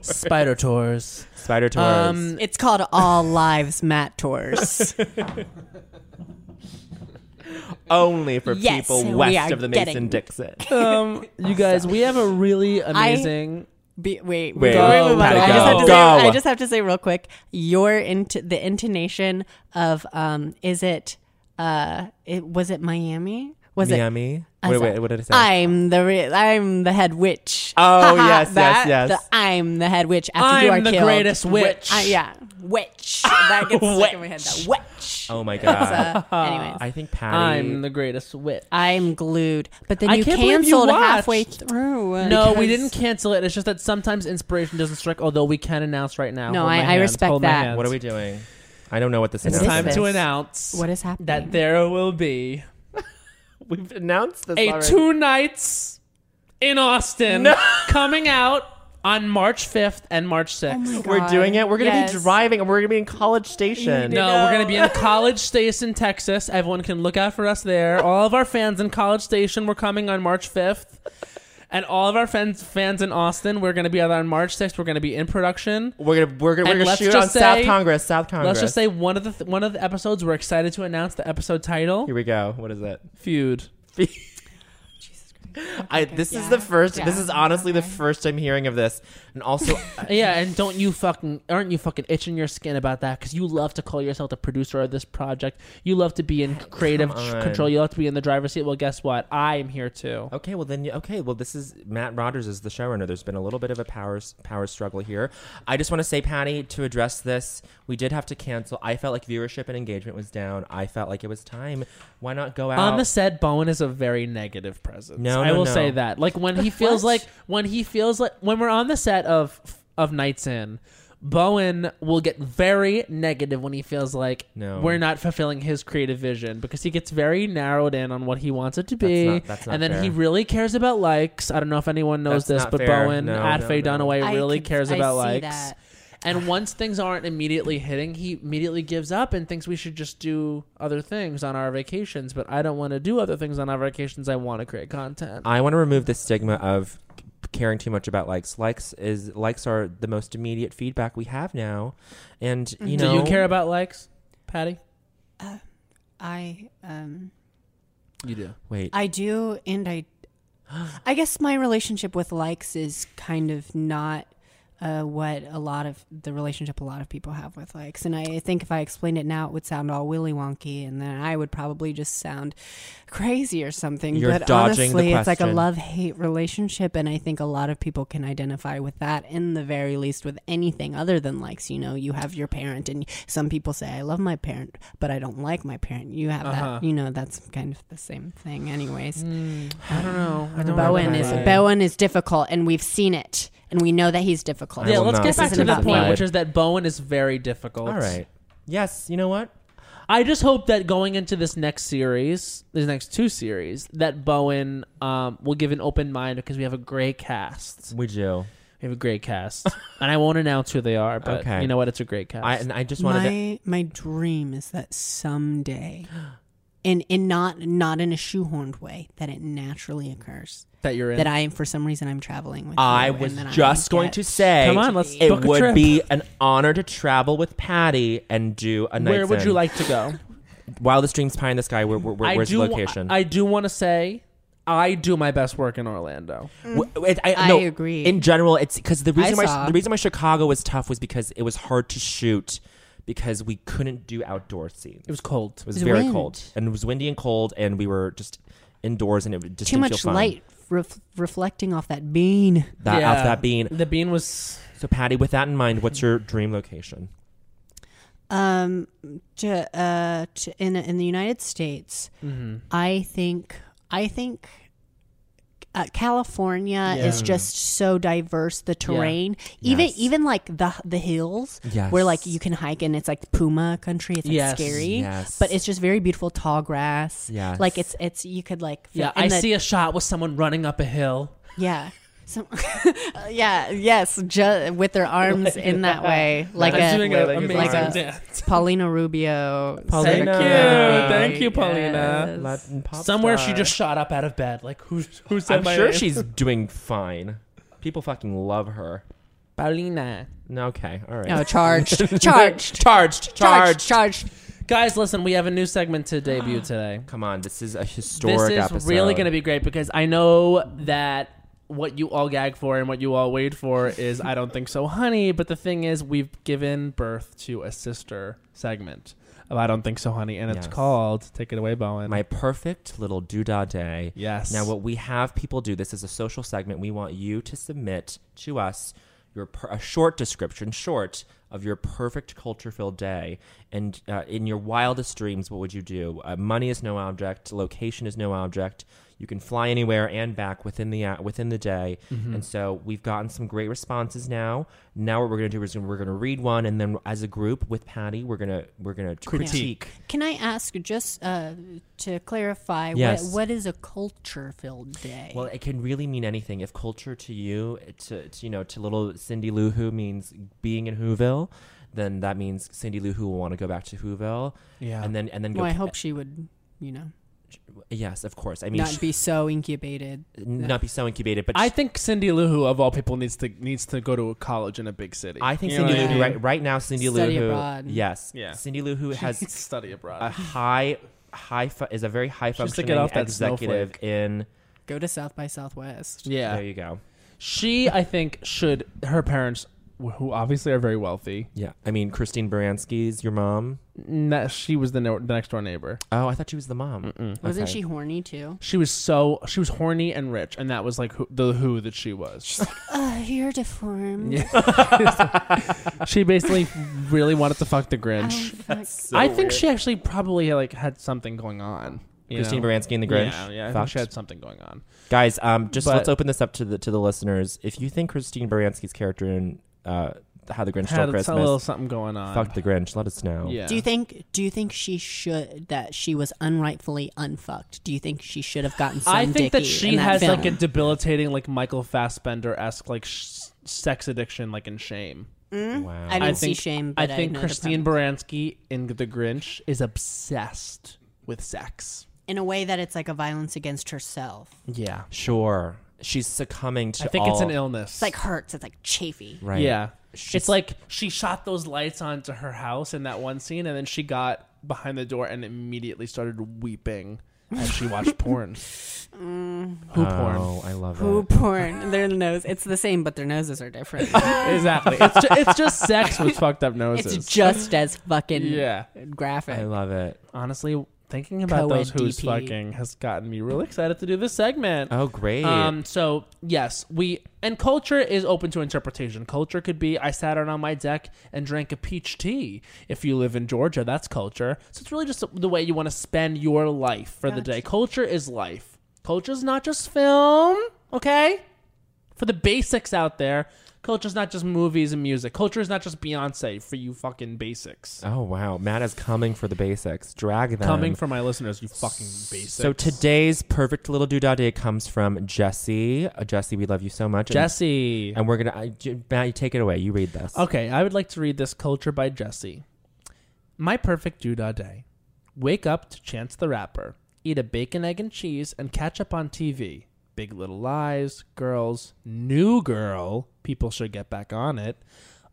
spider tours. Spider tours. Um, it's called All Lives Matt Tours. only for yes, we people are west of the getting- Mason Dixon. um, you guys, we have a really amazing. Be, wait, Wait, wait, wait, wait, wait, Patty, I, just have go. to say, I Go. just have to say real quick, your int- the intonation of um, is it uh, it was it Miami? Was it? Miami. Wait, wait, what did I say? I'm the re- I'm the head witch. Oh, Ha ha, yes, yes, that, yes. The, I'm the head witch. After you are I'm the killed. greatest witch. I- yeah, witch. That gets stuck in my head. That witch. oh my god. Uh, anyways, I think Patty. I'm the greatest witch. I'm glued. But then I you can't believe you canceled watched. halfway through. uh, No, we didn't because- cancel it. It's just that sometimes inspiration doesn't strike. Although we can announce right now. No, Hold I- my I hands. respect Hold my that. hands. what are we doing? I don't know what this It's is. What Time this? to announce What is happening? that there will be We've announced this. a two nights in Austin coming out on March 5th and March 6th. We're doing it. We're gonna Yes. be driving, and we're gonna be in College Station. no, we're going to be in College Station, Texas. Everyone can look out for us there. All of our fans in College Station, we're coming on March 5th. And all of our fans, fans in Austin, we're going to be out on March 6th. We're going to be in production. We're gonna we're gonna, And we're gonna let's shoot just on South say- Congress. South Congress. Let's just say one of the th- one of the episodes we're excited to announce the episode title Here we go. What is it? feud. I, this is the first. This Yeah. is honestly the first I'm hearing of this, and also Yeah, and don't you fucking aren't you fucking itching your skin about that? Because you love to call yourself the producer of this project. You love to be in creative Come on. control. You love to be in the driver's seat. Well, guess what? I am here too. Okay, well then, you- okay, well this is Matt Rogers is the showrunner. There's been a little bit of a power power struggle here. I just want to say, Patty, to address this, we did have to cancel. I felt like viewership and engagement was down. I felt like it was time. Why not go out? On the set, Bowen is a very negative presence. No, I no, will no. say that. Like when he feels like when he feels like when we're on the set of of Nights In, Bowen will get very negative when he feels like No. we're not fulfilling his creative vision because he gets very narrowed in on what he wants it to be, not- that's not and then fair. he really cares about likes. I don't know if anyone knows this, That's not but fair. Bowen No, Atfe no, no. Dunaway I really could- cares I about see likes. that. And once things aren't immediately hitting, he immediately gives up and thinks we should just do other things on our vacations. But I don't want to do other things on our vacations. I want to create content. I want to remove the stigma of c- caring too much about likes. Likes is likes are the most immediate feedback we have now, and you know. Do you care about likes, Patty? I um You do. Wait, I do and I I guess my relationship with likes is kind of not uh, what a lot of the relationship a lot of people have with likes and I think if I explained it now it would sound all willy wonky and then I would probably just sound crazy or something You're but dodging honestly the it's like a question. love hate relationship and I think a lot of people can identify with that in the very least with anything other than likes you know you have your parent and some people say I love my parent but I don't like my parent you have Uh-huh. that you know that's kind of the same thing anyways Hmm. I don't know. Mm. I don't Bowen know is about Bowen is difficult, and we've seen it, and we know that he's difficult. I Yeah, will let's not get be back to the about point, me. which is that Bowen is very difficult. all right. Yes, you know what? I just hope that going into this next series, these next two series, that Bowen um, will give an open mind because we have a great cast. We do. We have a great cast, and I won't announce who they are, but Okay. you know what? It's a great cast. I and I just wanted to. My my dream is that someday, and and not not in a shoehorned way, that it naturally occurs. that you're in. That I for some reason I'm traveling with. I you, and was that I just going get- to say, Come on, let's it book a would trip. be an honor to travel with Patty and do a night. Where would you like to go? Wildest Dreams Pie in the Sky? Where, where, where- I where's the do. wa- location? I do want to say I do my best work in Orlando. W- it- I, I no, agree. In general, it's because the reason why saw. the reason why Chicago was tough was because it was hard to shoot because we couldn't do outdoor scenes. It was cold. It was It was very wind. cold, and it was windy and cold, and we were just indoors, and it just Too didn't much feel fun. light ref- reflecting off that bean. That Yeah. off that bean. The bean was So Patty, with that in mind, what's your dream location? Um, to, uh, to, in in the United States, I think I think uh, California is just so diverse. The terrain, even Yes. even like the the hills, Yes. where like you can hike and it's like puma country. It's like Yes. scary, Yes. but it's just very beautiful tall grass. Yes. like it's it's you could like feel- yeah. and I the- see a shot with someone running up a hill. yeah. So, yeah, yes, ju- with their arms in that way, like I'm a, doing like an amazing a- dance. Paulina Rubio. Paulina. Sort of- Thank you. Yeah. Thank you, Paulina. Yes. Latin pop Somewhere she star. just shot up out of bed. Like who's who's that? I'm sure she's doing fine. People fucking love her. Paulina. No, okay, all right. No, charged, charged, charged, charged, charged. charged. Guys, listen, we have a new segment to debut today. Come on, this is a historic This is episode. really going to be great because I know that what you all gag for and what you all wait for is I don't think so, honey. But the thing is, we've given birth to a sister segment of I don't think so, honey, and it's Yes. called "Take It Away, Bowen." my perfect little doodah day. yes. Now, what we have people do, this is a social segment. We want you to submit to us your per- a short description, short of your perfect culture-filled day, and uh, in your wildest dreams, what would you do? Uh, money is no object. Location is no object. You can fly anywhere and back within the uh, within the day. And so we've gotten some great responses now. Now what we're going to do is we're going to read one, and then as a group with Patty, we're gonna we're gonna critique. Can I ask just uh, to clarify? Yes. What, what is a culture-filled day? Well, it can really mean anything. If culture to you, to, to you know, to little Cindy Lou Who means being in Whoville, then that means Cindy Lou Who will want to go back to Whoville. Yeah. and then and then Well, go. I hope she would, you know, yes, of course. I mean, not be so incubated. not be so incubated, but I think Cindy Lou Who of all people needs to needs to go to a college in a big city. I think You know Cindy what Lou I Who mean? Oh, right, right now, Cindy Study Lou Who, abroad. yes, Yeah. Cindy Lou Who has study abroad. a high, high fu- is a very high has to functioning get off that executive snowflake. in. Go to South by Southwest. yeah, There you go. she I think should her parents, wh- who obviously are very wealthy, Yeah, I mean Christine Baranski's your mom. that she was the, no- the next door neighbor. Oh, I thought she was the mom. Wasn't Okay. she horny too? She was so she was horny and rich, and that was like who, the who that she was. Uh, you're deformed. she basically really wanted to fuck the Oh, Grinch. fuck. I think she actually probably like had something going on. you Christine know? Baranski and the Grinch. Yeah, yeah. I think Fucked. she had something going on. Guys, um, just But- let's open this up to the to the listeners. If you think Christine Baranski's character in uh, How the Grinch Stole Had a Christmas little something going on. fucked the Grinch, let us know. Yeah. Do you think? Do you think she should that she was unrightfully unfucked? Do you think she should have gotten? Some I think that dicky she in that has film? like a debilitating like Michael Fassbender esque like sh- sex addiction like in Shame. Wow. I didn't I see think shame. I But think know the Christine premise. Baranski in The Grinch is obsessed with sex. in a way that it's like a violence against herself. Yeah. sure. She's succumbing to I think it's all- an illness. It's like hurts. It's like chafy. Right. Yeah. She's- it's like she shot those lights onto her house in that one scene, and then she got behind the door and immediately started weeping as she watched porn. Mm. Who porn? Oh, I love Who it. porn? Their nose. It's the same, but their noses are different. Exactly. It's, ju- it's just sex with fucked up noses. it's just as fucking yeah. graphic. I love it. Honestly, thinking about Co-ed those who's DP. fucking has gotten me really excited to do this segment. Oh, great. Um, so yes, we and culture is open to interpretation. Culture could be I sat out on my deck and drank a peach tea. If you live in Georgia, that's culture. So it's really just the way you want to spend your life for the day. Culture is life. Culture is not just film, okay? For the basics out there, culture is not just movies and music. Culture is not just Beyonce for you fucking basics. oh, wow. Matt is coming for the basics. Drag them. Coming for my listeners, you fucking basics. So today's perfect little doodah day comes from Jesse. Uh, Jesse, we love you so much. And- Jesse. And, we're going to. Matt, you take it away. You read this. Okay, I would like to read this culture by Jesse. My perfect doodah day. Wake up to Chance the Rapper, eat a bacon, egg, and cheese, and catch up on TV. Big Little Lies, Girls, New Girl. People should get back on it.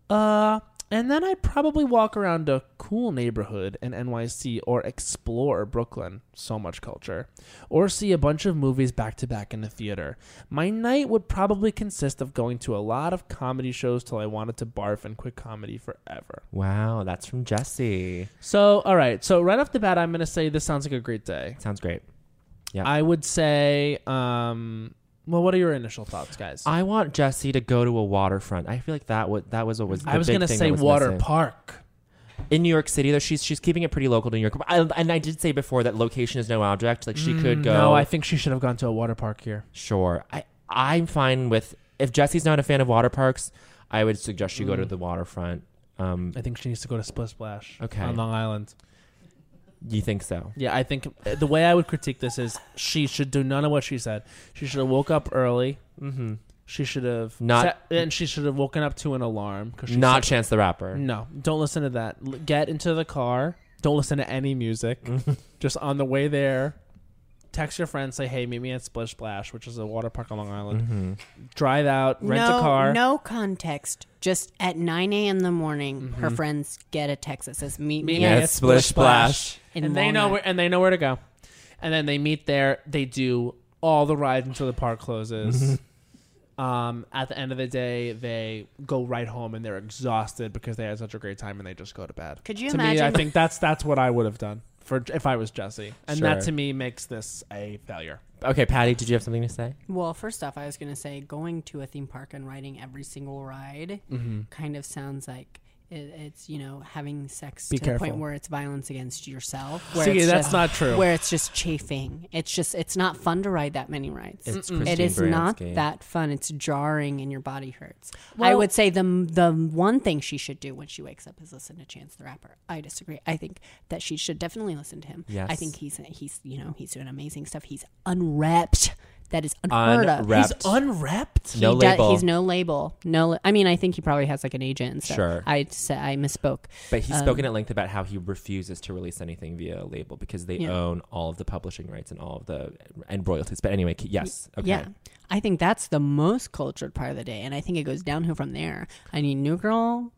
Uh, And then I'd probably walk around a cool neighborhood in NYC or explore Brooklyn. So much culture. Or see a bunch of movies back to back in the theater. My night would probably consist of going to a lot of comedy shows till I wanted to barf and quit comedy forever. Wow, that's from Jesse. So, all right. So, right off the bat, I'm going to say this sounds like a great day. Sounds great. Yeah. I would say, um, well, what are your initial thoughts, guys? I want Jesse to go to a waterfront. I feel like that was that was what was. The I was big gonna thing say that was water missing. park. in New York City though. She's she's keeping it pretty local to New York. I, and I did say before that location is no object. Like she could go. Mm, No, I think she should have gone to a water park here. sure. I I'm fine with if Jesse's not a fan of water parks. I would suggest you go to the waterfront. Um, I think she needs to go to Split Splash. Okay. On Long Island. you think so? Yeah, I think uh, the way I would critique this is she should do none of what she said. She should have woke up early. Mm-hmm. She should have Not- set- and she should have woken up to an alarm. 'cause she Not said- Chance the Rapper. no, don't listen to that. L- Get into the car. Don't listen to any music. Just on the way there, text your friends. Say, "Hey, meet me at Splish Splash, which is a water park on Long Island. Mm-hmm. Drive out, rent no, a car. No context. Just at 9 a.m. in the morning, her friends get a text that says, Meet me. Mm-hmm. Meet Yeah, me at at it's Splish Splash. in and they know Walnut." where and they know where to go. And then they meet there. They do all the rides until the park Mm-hmm. closes. um, at the end of the day, they go right home and they're exhausted because they had such a great time and they just go to bed. Could you to me, I imagine- think that's that's what I would have done for if I was Jesse, and Sure. that to me makes this a failure. Okay, Patty, did you have something to say? Well, first off, I was going to say going to a theme park and riding every single ride Mm-hmm. kind of sounds like it, it's, you know, having sex Be to the careful. point where it's violence against yourself. Where See, it's that's just- not true. Where it's just chafing. It's just, it's not fun to ride that many rides. It's It Christine is not Baranski. that fun. It's jarring and your body hurts. I Well- would say the the one thing she should do when she wakes up is listen to Chance the Rapper. I disagree. I think that she should definitely listen to him. Yes. I think he's he's you know he's doing amazing stuff. He's unrepped. That is unheard of. Unwrapped. Unwrapped. no he do- label. he's no label. No, li- I mean, I think he probably has like an agent. And stuff. Sure. I say I misspoke. um, But he's spoken at length about how he refuses to release anything via label because they Yeah. own all of the publishing rights and all of the and royalties. But anyway, yes, okay, Yeah. I think that's the most cultured part of the day, and I think it goes downhill from there. I need New Girl.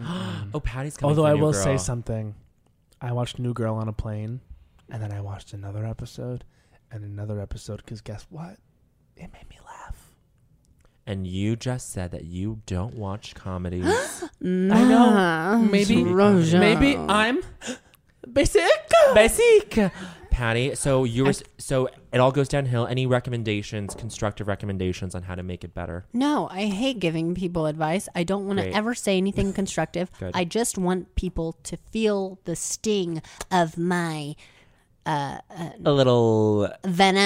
Oh, Patty's coming. Although for I New will Girl. say something. I watched New Girl on a plane, and then I watched another episode and another episode because guess what? It made me laugh. And you just said that you don't watch comedies. I Ah, know. Maybe, Rosa. maybe I'm basic. Basic. Patty, so you were so it all goes downhill. Any recommendations, constructive recommendations on how to make it better? No, I hate giving people advice. I don't want to Great. ever say anything constructive. Good. I just want people to feel the sting of my A little venom.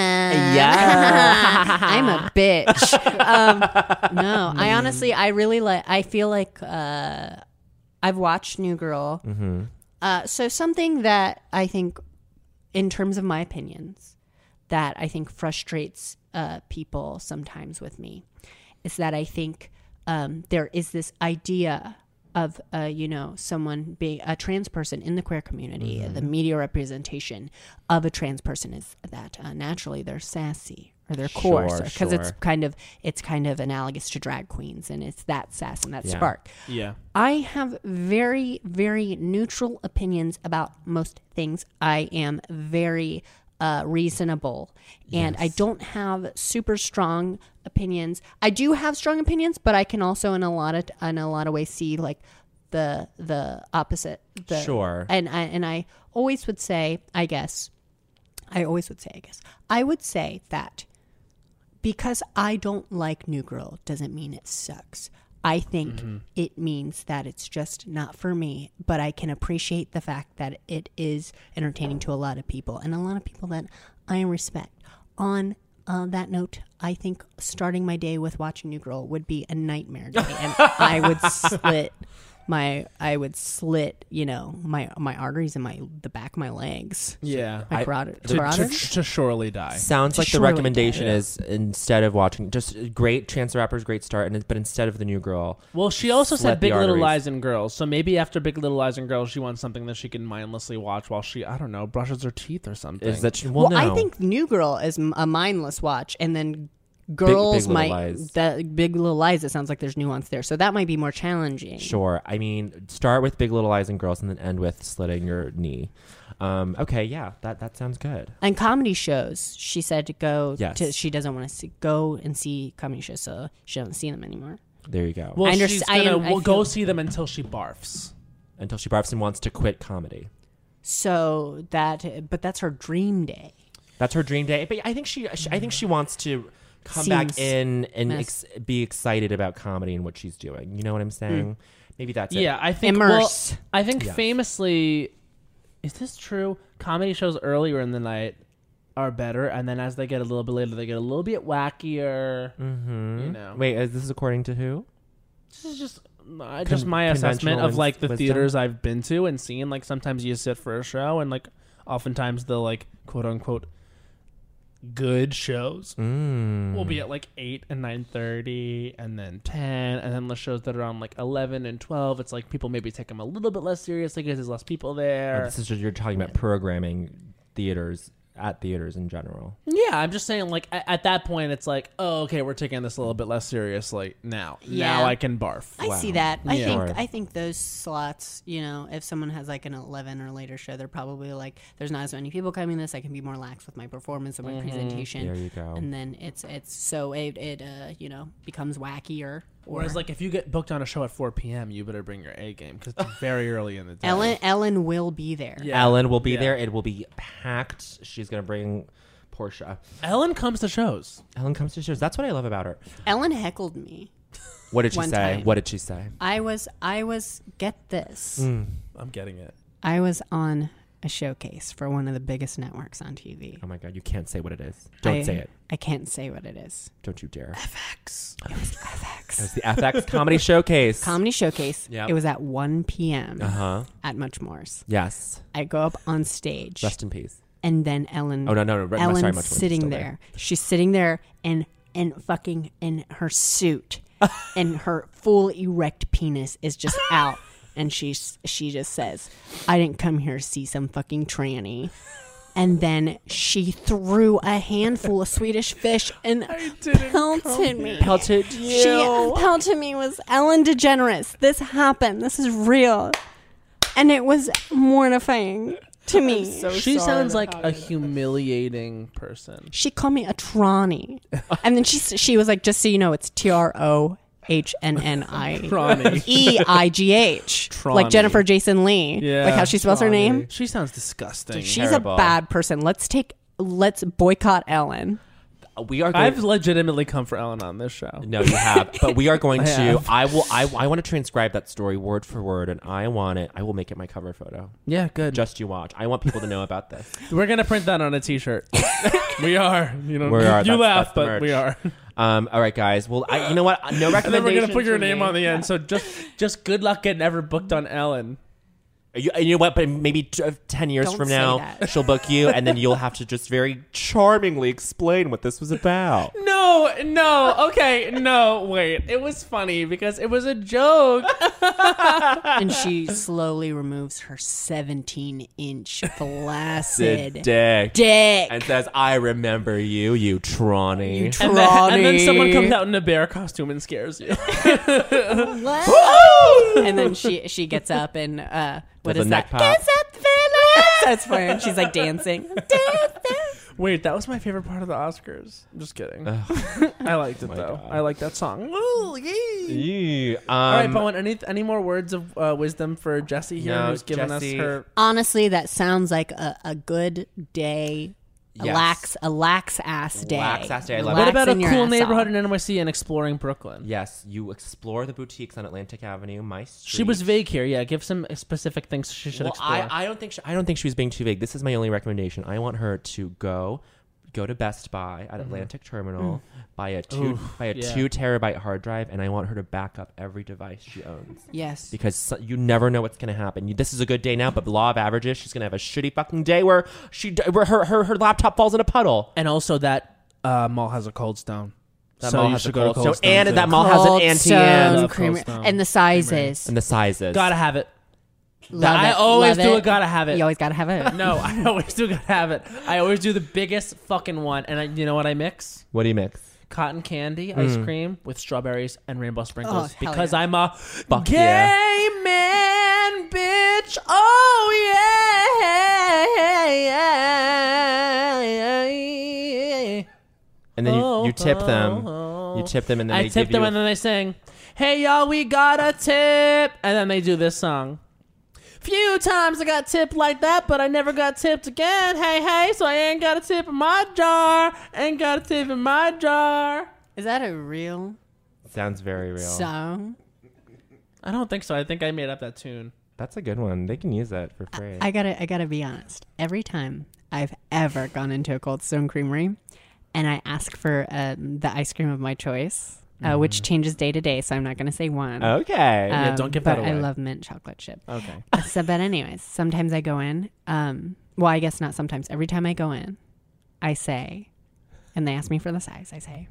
Yeah. Mm. I'm a bitch. um, no, I honestly, I really like. I feel like uh, I've watched New Girl. Mm-hmm. Uh, so something that I think, in terms of my opinions, that I think frustrates uh, people sometimes with me, is that I think um, there is this idea of uh, you know someone being a trans person in the queer community. Mm-hmm. The media representation of a trans person is that uh, naturally they're sassy or they're coarse Sure, because it's sure. kind of it's kind of analogous to drag queens and it's that sass and that Yeah. spark. Yeah. I have very, very neutral opinions about most things. I am very uh, reasonable and I don't have super strong opinions. I do have strong opinions, but I can also in a lot of in a lot of ways see like the the opposite. The, Sure. And I and I always would say, I guess, I always would say, I guess, I would say that because I don't like New Girl doesn't mean it sucks. I think Mm-hmm. it means that it's just not for me, but I can appreciate the fact that it is entertaining to a lot of people and a lot of people that I respect. On uh, that note, I think starting my day with watching New Girl would be a nightmare to me, and I would slit my I would slit you know my my arteries and my the back of my legs, Yeah. my I- carotid. to, to, carotid? to surely die. Sounds like the Surely recommendation not. is instead of watching just great Chance the Rapper's great start, and but instead of the new girl, Well, she also Slit said the Big Little arteries. Lies and Girls, so maybe after Big Little Lies and Girls, she wants something that she can mindlessly watch while she, I don't know, brushes her teeth or something. is that she, well, Well, no. I think New Girl is m- a mindless watch, and then girls Little might Lies. that Big Little Lies. It sounds like there's nuance there, so that might be more challenging. Sure. I mean, start with Big Little Lies and Girls, and then end with slitting your knee. Um, okay, yeah, that that sounds good. And comedy shows, she said to go. Yes. To, she doesn't want to see, go and see comedy shows, so she doesn't see them anymore. There you go. Well, I she's underst- I gonna am- I we'll go feel- see them until she barfs. Until she barfs and wants to quit comedy. So that, but that's her dream day. That's her dream day. But I think she, she I think she wants to come Seems back in and mess. Hmm. ex- be excited about comedy and what she's doing. You know what I'm saying? Maybe that's it. Yeah, I think Immerse. well, I think Yeah. famously, is this true? Comedy shows earlier in the night are better, and then as they get a little bit later, they get a little bit wackier. Mm-hmm. You know, Wait, is this according to who? this is just. mm, I just my conventional assessment wis- of like the wisdom? theaters I've been to and seen. Like sometimes you sit for a show, and like oftentimes the like quote unquote good shows Mm. will be at like 8 and 9.30 and then 10 and then the shows that are on like 11 and 12 it's like people maybe take them a little bit less seriously because there's less people Oh, there this is just, you're talking about programming theaters at theaters in general. yeah i'm just saying like a- at that point it's like oh okay we're taking this a little bit less seriously now now Yeah. i can barf I Wow. see that. I Yeah. Sure. think I think those slots, you know, if someone has like an eleven or later show, they're probably like, there's not as many people coming to this. I can be more lax with my performance and my presentation. There you go. And then it's it's so it it uh, you know becomes wackier. Or whereas like if you get booked on a show at 4 p.m you better bring your a game because it's very early in the day Ellen Ellen will be there. Yeah. Ellen will be Yeah. there. It will be packed. She's gonna bring Portia. ellen comes to shows Ellen comes to shows. That's what I love about her. Ellen heckled me. What did she One say? time. What did she say? I was I was get this. Hmm. i'm getting it I was on a showcase for one of the biggest networks on TV. Oh my god, you can't say what it is. Don't I- say it. I can't say what it is. Don't you dare. FX. It's the FX comedy showcase. Comedy showcase. Yep. It was at 1 p.m. uh huh. at Muchmore's. Yes. I go up on stage, Rest in peace. and then Ellen. Oh no no no. re- Ellen's sorry, much more. sitting Still there. She's sitting there and and fucking in her suit, and her full erect penis is just out, and she's she just says, "I didn't come here to see some fucking tranny." And then she threw a handful of Swedish fish and pelted me. Pelted She pelted me was Ellen DeGeneres. This happened. This is real. And it was mortifying to me. she sounds like a humiliating person she called me a tranny. and then she s- she was like, just so you know, it's T R O H N N I Ronnie. E I G H. Tranny. Like Jennifer Jason Lee. Yeah, like how she spells her name. She sounds disgusting. She's a bad person. Let's take let's boycott Ellen. We are. Going- I've legitimately come for Ellen on this show. No, you have. But we are going I to. have. I will. I, I want to transcribe that story word for word, and I want it. I will make it my cover photo. Yeah, good. Just you watch. I want people to know about this. We're gonna print that on a T-shirt. we are. You know, We are. you That's- laugh, that's the but merch. we are. Um. All right, guys. Well, I, you know what? No And then recommendations. we're gonna put your from name me. on the end. So just, just good luck getting ever booked on Ellen. You, and you know what? But maybe t- uh, ten years Don't from say now, that. she'll book you, and then you'll have to just very charmingly explain what this was about. No, no. Okay, no. Wait, it was funny because it was a joke. and she slowly removes her 17 inch flaccid Dick. dick. And says, "I remember you, you tranny." And then, and then someone comes out in a bear costume and scares you. and then she she gets up and uh, what Does is a neck that? pop. Kiss up, Phyllis! That's funny. She's like dancing. Wait, that was my favorite part of the Oscars. I'm just kidding. I Oh liked it though. I like that song. Ooh, yay. Ew, um, All right, Bowen. Any any more words of uh, wisdom for Jesse here, No, who's given Jesse. us her? Honestly, that sounds like a, a good day. A Yes. lax, a lax ass day. Lax-ass day, I love it. Relaxing What about a your cool ass neighborhood off. in NYC and exploring Brooklyn? Yes, you explore the boutiques on Atlantic Avenue, my street. She was vague here. Yeah, give some specific things she should Well, explore. I, I don't think she, I don't think she was being too vague. This is my only recommendation. I want her to go go to Best Buy at Atlantic Terminal, buy a two buy a Mm-hmm. Mm. yeah. two terabyte hard drive, and I want her to back up every device she owns. Yes. Because so- you never know what's going to happen. You, this is a good day now, but the law of averages, she's going to have a shitty fucking day where she d- where her, her her laptop falls in a puddle. and also that uh, mall has a cold stone. That so mall you has should a go to cold cold stone, stone and too. that mall has an Cold anti Stone Love creamer- Cold Stone. and the sizes. and the sizes. Gotta have it. Love I it, always love do a gotta have it. You always gotta have it. No, I always do gotta have it. I always do the biggest fucking one, and I, you know what I mix? What do you mix? cotton candy ice cream with strawberries and rainbow sprinkles Oh, hell because yeah. I'm a gay yeah. man, bitch. Oh yeah. And then you, you tip them. You tip them, and then I they tip give them you and then they sing, Hey y'all, we got a tip. And then they do this song. Few times I got tipped like that, but I never got tipped again. Hey, hey, so I ain't got a tip in my jar. Ain't got a tip in my jar. Is that a real sounds very real. song? I don't think so. I think I made up that tune. That's a good one. They can use that for free. I gotta I gotta be honest. Every time I've ever gone into a Cold Stone Creamery, and I ask for um, the ice cream of my choice, uh, which changes day to day, so I'm not gonna say one. okay. Um, Mm-hmm. Oh, don't give but that I away. love mint chocolate chip. okay. so, but anyways, sometimes I go in. Um, well, I guess not. Sometimes every time I go in, I say, and they ask me for the size. I say,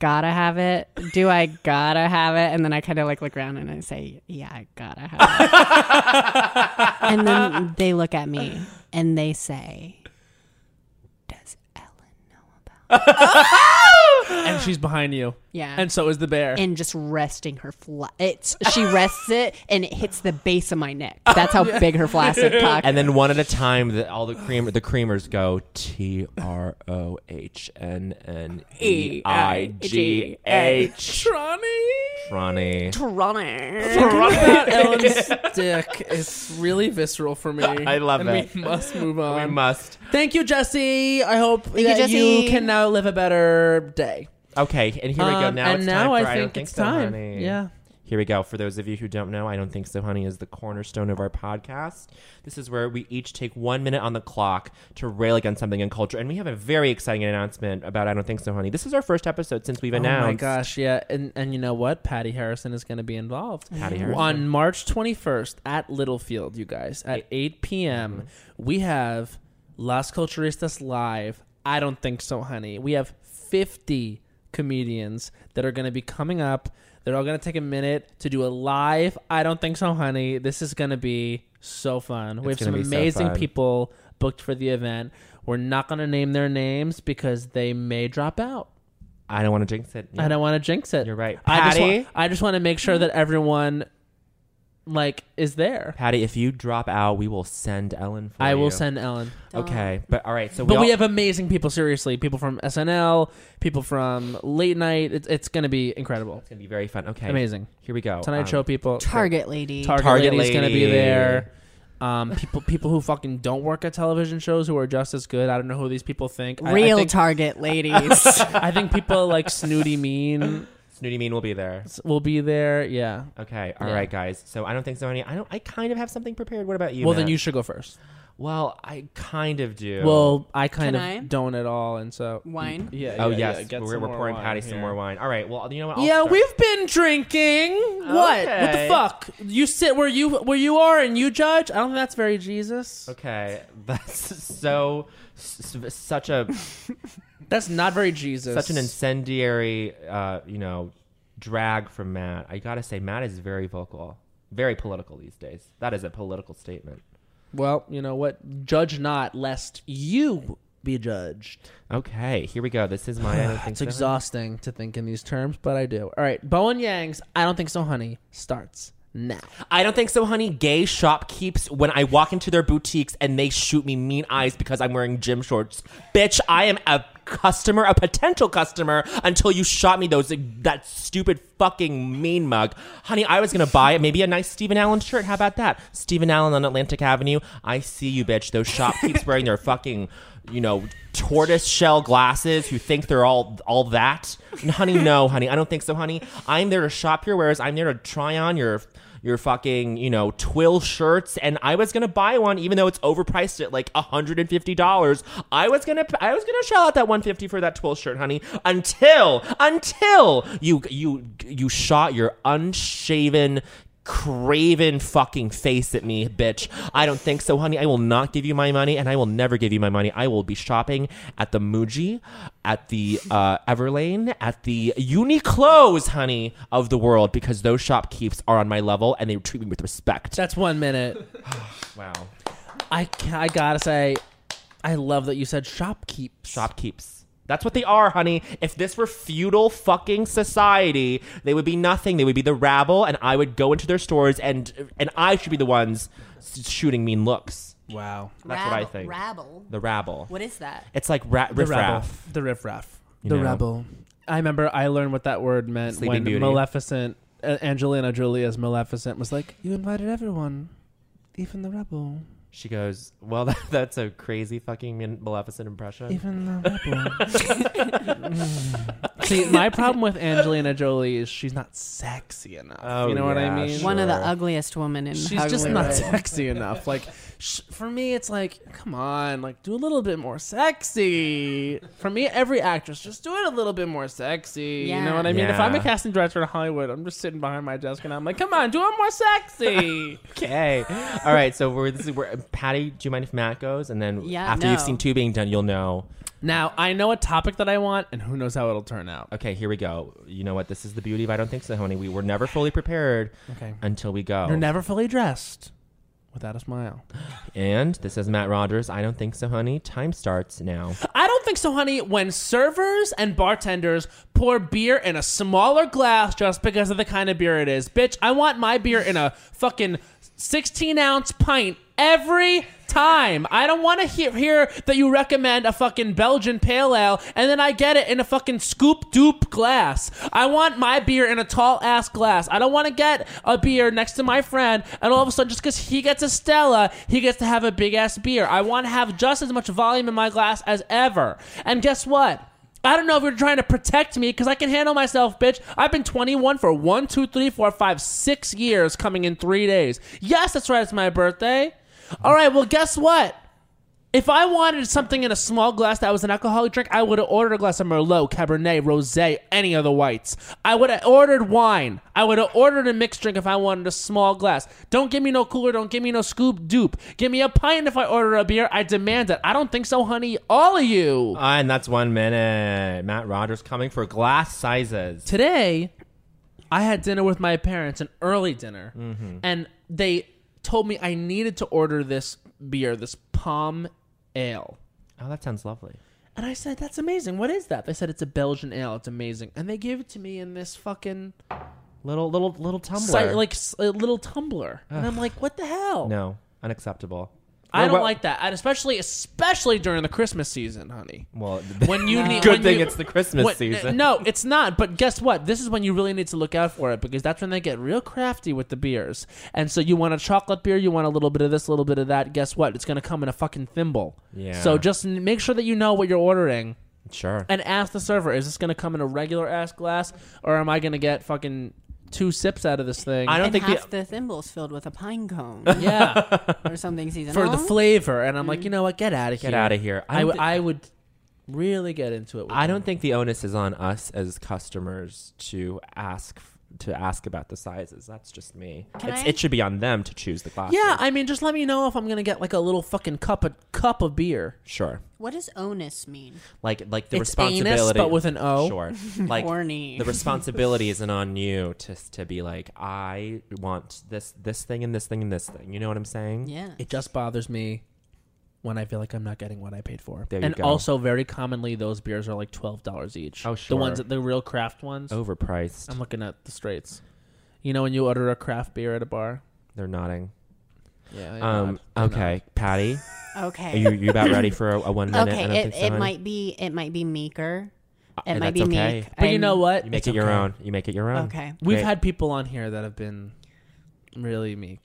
"Gotta have it." Do I gotta have it? And then I kind of like look around and I say, "Yeah, I gotta have it." and then they look at me and they say, "Does Ellen know about?" And she's behind you. Yeah. And so is the bear. and just resting her fla- it's she rests it and it hits the base of my neck. That's how big her flaccid cock. And then one at a time, the, all the cream the creamers go T R O H N N E I G H. Ronnie. that Ellen's dick is really visceral for me. I love and it. We must move on. We must. Thank you, Jesse. I hope you, that you, Jesse. can now live a better day. Okay, and here we go. Um, Now and it's now time for I I don't think think it's so, time. honey. Yeah. Here we go. For those of you who don't know, I don't think so, honey, is the cornerstone of our podcast. This is where we each take one minute on the clock to rail against something in culture, and we have a very exciting announcement about I don't think so, honey. This is our first episode since we've announced. Oh my gosh, yeah. And and you know what? Patty Harrison is going to be involved. Patty Harrison. On March 21st at Littlefield, you guys, at 8 p.m., Mm-hmm. we have Las Culturistas Live. I don't think so, honey. We have 50 comedians that are going to be coming up. They're all going to take a minute to do a live. I don't think so, honey. This is going to be so fun. we have It's some gonna be so amazing fun. people booked for the event. We're not going to name their names because they may drop out. I don't want to jinx it. I don't want to jinx it. You're right. I just, Patty? want, I just want to make sure that everyone, like, is there. Patty, if you drop out, we will send Ellen for I you. will send Ellen. Okay, but all right. So But we, all, we have amazing people. Seriously, people from SNL, people from late night. It's, it's going to be incredible, It's gonna be very fun. Okay, amazing. Here we go. Tonight Um, show people. Target lady. Target, Target Lady's going to be Lady. there. Um, people, people who fucking don't work at television shows who are just as good. I don't know who these people think. I- I Real think- target ladies. I think people like Snooty Mean Snooty Mean will be there. will be there. Yeah. Okay, all right, Yeah. guys. So I don't think so. Any, I don't. I kind of have something prepared. What about you? well, then Matt? you should go first. Well, I kind of do. Well, I kind Can of I? don't at all, and so Wine? Yeah. Oh yeah, yeah, yes, get we're, some we're more pouring wine Patty some here. more wine. All right. Well, you know what? I'll yeah, start. we've been drinking. What? What the Okay. fuck? You sit where you where you are and you judge. I don't think that's very Jesus. Okay, that's so s- s- such a That's not very Jesus. such an incendiary, uh, you know, drag from Matt. I gotta say, Matt is very vocal, very political these days. That is a political statement. well, you know what? Judge not, lest you be judged. Okay, here we go. This is my. I don't think It's so. exhausting to think in these terms, but I do. All right, Bowen Yang's. I don't think so, honey. Starts now. I don't think so, honey. Gay shopkeeps, when I walk into their boutiques and they shoot me mean eyes because I'm wearing gym shorts, bitch, I am a customer, a potential customer, until you shot me those that stupid fucking mean mug, honey. I was gonna buy maybe a nice Stephen Allen shirt. How about that, Stephen Allen on Atlantic Avenue? I see you, bitch. Those shopkeeps wearing their fucking, you know, tortoise shell glasses who think they're all all that. And honey, no, honey, I don't think so, honey. I'm there to shop your wares. I'm there to try on your your fucking, you know, twill shirts and I was going to buy one even though it's overpriced at like $150. I was going to I was going to shell out that 150 for that twill shirt, honey, until until you you you shot your unshaven craven fucking face at me, bitch. I don't think so, honey. I will not give you my money and I will never give you my money. I will be shopping at the Muji, at the uh, Everlane, at the Uniqlo's, honey, of the world because those shopkeeps are on my level and they treat me with respect. That's one minute. Wow. I ca- I gotta say, I love that you said shopkeeps. Shopkeeps. That's what they are, honey. If this were feudal fucking society, they would be nothing. They would be the rabble, and I would go into their stores, and and I should be the ones s- shooting mean looks. Wow. That's what I think. Rabble. The rabble. What is that? It's like ra- The rebel. riffraff. The riffraff. You the know? rebel. I remember I learned what that word meant Sleeping when Beauty. Maleficent, uh, Angelina Jolie's Maleficent, was like, "You invited everyone, even the rebel, She goes, "Well, that, that's a crazy fucking Min- Maleficent impression." even the rebel." Mm. See, my problem with Angelina Jolie is she's not sexy enough. Oh, you know what I yeah, mean? sure. One of the Sure. ugliest women in She's Hollywood. just not sexy enough. Like, sh- for me, it's like, come on, like, do a little bit more sexy. For me, every actress, just do it a little bit more sexy. You know Yeah. what I mean? If I'm a Yeah. casting director in Hollywood, I'm just sitting behind my desk and I'm like, come on, do it more sexy. Okay. All right. So we're this is where Patty. Do you mind if Matt goes? And then Yeah, after you've no. seen two being done, you'll know. now, I know a topic that I want, and who knows how it'll turn out. Okay, here we go. You know what? This is the beauty of I don't think so, honey. We were never fully prepared Okay. until we go. You're never fully dressed without a smile. and this is Matt Rogers. I don't think so, honey. Time starts now. I don't think so, honey. When servers and bartenders pour beer in a smaller glass just because of the kind of beer it is, bitch, I want my beer in a fucking 16 ounce pint every time. I don't want to hear, hear that you recommend a fucking Belgian pale ale and then I get it in a fucking scoop dupe glass. I want my beer in a tall ass glass. I don't want to get a beer next to my friend and all of a sudden just because he gets a Stella, he gets to have a big ass beer. I want to have just as much volume in my glass as ever. And guess what? I don't know if you're trying to protect me because I can handle myself, bitch. I've been 21 for one, two, three, four, five, six years coming in three days. Yes, that's right. It's my birthday. All right, well, guess what? If I wanted something in a small glass that was an alcoholic drink, I would have ordered a glass of Merlot, Cabernet, Rosé, any of the whites. I would have ordered wine. I would have ordered a mixed drink if I wanted a small glass. Don't give me no cooler. Don't give me no scoop dupe. Give me a pint if I order a beer. I demand it. I don't think so, honey. All of you. Ah, and that's one minute. Matt Rogers coming for glass sizes. today I had dinner with my parents, an early dinner, and they told me I needed to order this beer, this palm ale. Oh, that sounds lovely. And I said, That's amazing. What is that? They said it's a Belgian ale. It's amazing. And they gave it to me in this fucking Little little little tumbler. si- like s- a little tumbler. And I'm like, what the hell? no, unacceptable. I Or don't what- like that. And especially especially during the Christmas season, honey. Well, When you need good when thing you- it's the Christmas What- season. No, it's not. But guess what? This is when you really need to look out for it because that's when they get real crafty with the beers. And so you want a chocolate beer, you want a little bit of this, a little bit of that. Guess what? It's going to come in a fucking thimble. Yeah. So just n- make sure that you know what you're ordering sure. and ask the server, is this going to come in a regular ass glass or am I going to get fucking two sips out of this thing? I don't and think the, half the, thimble's filled with a pine cone yeah, or something seasonal. for the flavor. And I'm like, you know what? Get out of here. Mm. get out of here. I, don't w- thi- I would really get into it. With I them. don't think the onus is on us as customers to ask to ask about the sizes. That's just me. Can It's, I- it should be on them to choose the glasses. Yeah, I mean, just let me know if I'm gonna get like a little fucking cup of cup of beer. sure. What does onus mean? Like like the It's anus, responsibility, but with an O. Sure. Like Horny. the responsibility isn't on you to to be like I want this this thing and this thing and this thing. You know what I'm saying? yeah. It just bothers me when I feel like I'm not getting what I paid for. There you and go. also, very commonly, those beers are like twelve dollars each. Oh, The ones sure. that Oh. the real craft ones. Overpriced. I'm looking at the straights. You know when you order a craft beer at a bar. They're nodding. Yeah. they Um. nod. They Okay, Patty, are Okay. you you about ready for a, a one minute? okay. I don't It, think so, it honey? might be. It might be meeker. It and might be that's okay. meek. nod. But you I'm- know what? You make It's it your okay. own. You make it your own. Okay. We've Great. had people on here that have been really meek.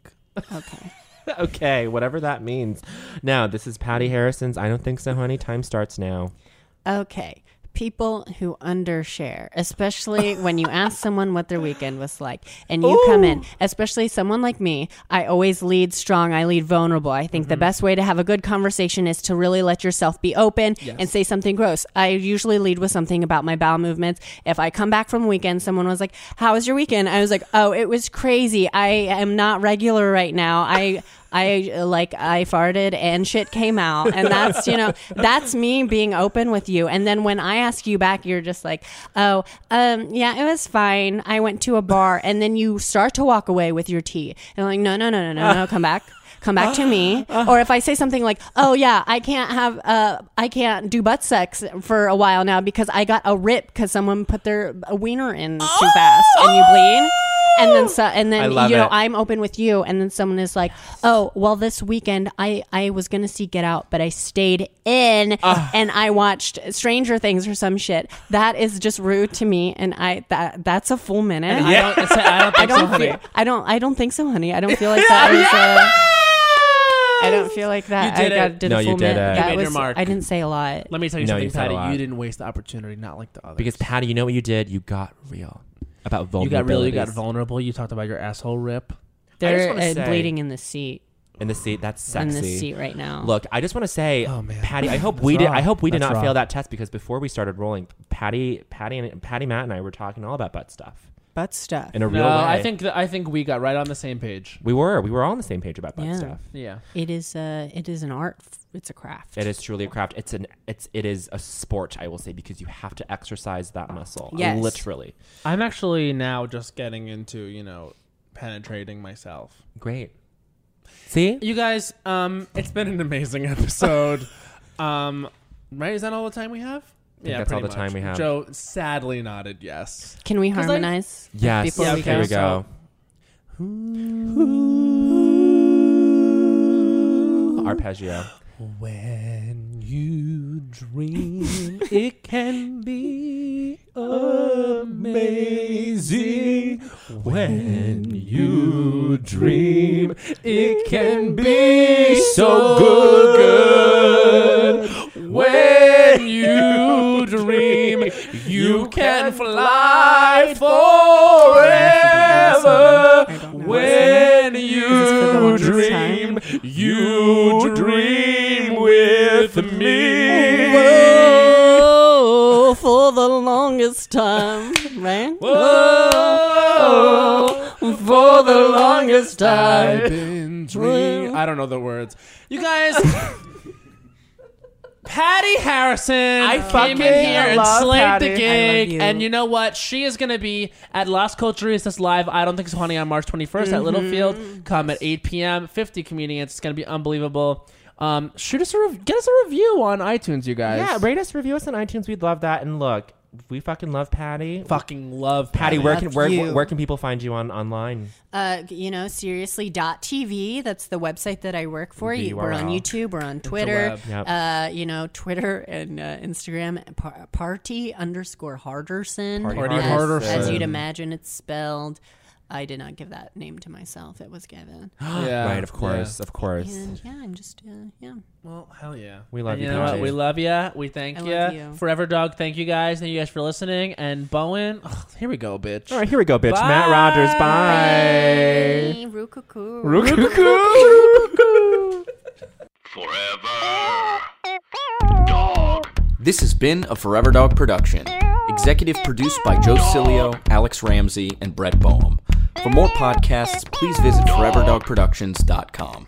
Okay. okay, whatever that means. Now, this is Patty Harrison's I Don't Think So, Honey. Time starts now. Okay. People who undershare, especially when you ask someone what their weekend was like and you come in, especially someone like me, I always lead strong, I lead vulnerable. I think the best way to have a good conversation is to really let yourself be open and say something gross. I usually lead with something about my bowel movements. If I come back from a weekend, someone was like, How was your weekend? I was like, Oh, it was crazy. I am not regular right now. I. I uh, like I farted and shit came out, and that's you know that's me being open with you. And then when I ask you back, you're just like, oh, um, yeah, it was fine. I went to a bar, and then you start to walk away with your tea, and I'm like, no, no, no, no, no, no, come back. come back to me. Or if I say something like, "Oh yeah, I can't have uh, I can't do butt sex for a while now because I got a rip because someone put their a wiener in too fast and you bleed." And then so, and I then love you know it. I'm open with you, and then someone is like, "Oh, well, this weekend I I was gonna see Get Out, but I stayed in and I watched Stranger Things or some shit." That is just rude to me, and I that that's a full minute. I I don't, I don't I think so, don't honey. feel, I don't I don't think so, honey. I don't feel like that was uh, I don't feel like that. You did I got it. did No, a you full did minute. it. You That made your was- mark. I didn't say a lot. Let me tell you No, something, you said a Patty. lot. You didn't waste the opportunity, not like the others. Because Patty, you know what you did? You got real about vulnerability. you got really got vulnerable. You talked about your asshole rip. just They're wanna uh, say- bleeding in the seat. in the seat. That's In sexy. the seat right now. Look, I just want to say, Oh, man. Patty. I hope That's we did. raw. I hope we did That's not raw. fail that test because before we started rolling, Patty, Patty, and Patty, Matt, and I were talking all about butt stuff butt stuff. in a No, real way. I think that, I think we got right on the same page. we were. We were all on the same page about butt Yeah. stuff. Yeah. It is a it is an art. f- It's a craft. It is truly a craft. It's an. It's. It is a sport. I will say because you have to exercise that muscle. Yes. Literally. I'm actually now just getting into, you know, penetrating myself. Great. See. You guys, um, it's been an amazing episode. um, right? Is that all the time we have? yeah, that's all pretty the time much. we have. Joe sadly nodded yes. Can we 'Cause I- harmonize? Yes. Before Yeah, we okay. go. Here we go. Arpeggio. When you dream, it can be amazing. When you dream, it can be so good. When you dream, you can fly I forever. don't know. When you Is this for the longest dream, you dream with me. Whoa, Oh, for the longest time, Oh. right? Whoa, for the longest I've time. been dream. I don't know the words. You guys. Patty Harrison I came in fucking here and love slayed Patty. the I gig, love you. and you know what? She is going to be at Las Culturistas live. I don't think so, honey, on March 21st at Mm-hmm. Littlefield. Come at 8 p.m. 50 comedians. It's going to be unbelievable. Um, shoot us a rev- get us a review on iTunes, you guys. Yeah, rate us, review us on iTunes. We'd love that. And look, we fucking love Patty. fucking love Patty, Patty. where love can where, you. where can people find you on online? Uh, you know, seriously. Dot TV. That's the website that I work for. The You- We're on URL. YouTube. We're on Twitter. web, yep. Uh, you know, Twitter and uh, Instagram. Par- party underscore Harderson. Party as, Harderson. As you'd imagine, it's spelled. I did not give that name to myself. It was given. Yeah. right, of course, of course. And yeah, I'm just uh, yeah. Well, hell yeah. We love And you, You know what? Patty. We love you. We thank I you. love you. Forever Dog, thank you guys. Thank you guys for listening. And Bowen, ugh, here we go, bitch. All right, here we go, bitch. Bye. Matt Rogers. Bye. Hey, Roo-coo-coo. This has been a Forever Dog production. Executive produced by Joe Cilio, Alex Ramsey, and Brett Boehm. For more podcasts, please visit foreverdogproductions.com.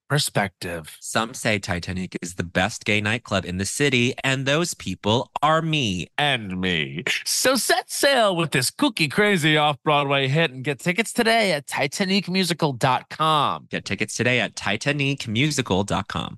perspective. Some say Titanic is the best gay nightclub in the city, and those people are me. And me. So set sail with this kooky crazy off Broadway hit and get tickets today at TitanicMusical.com. Get tickets today at TitanicMusical.com.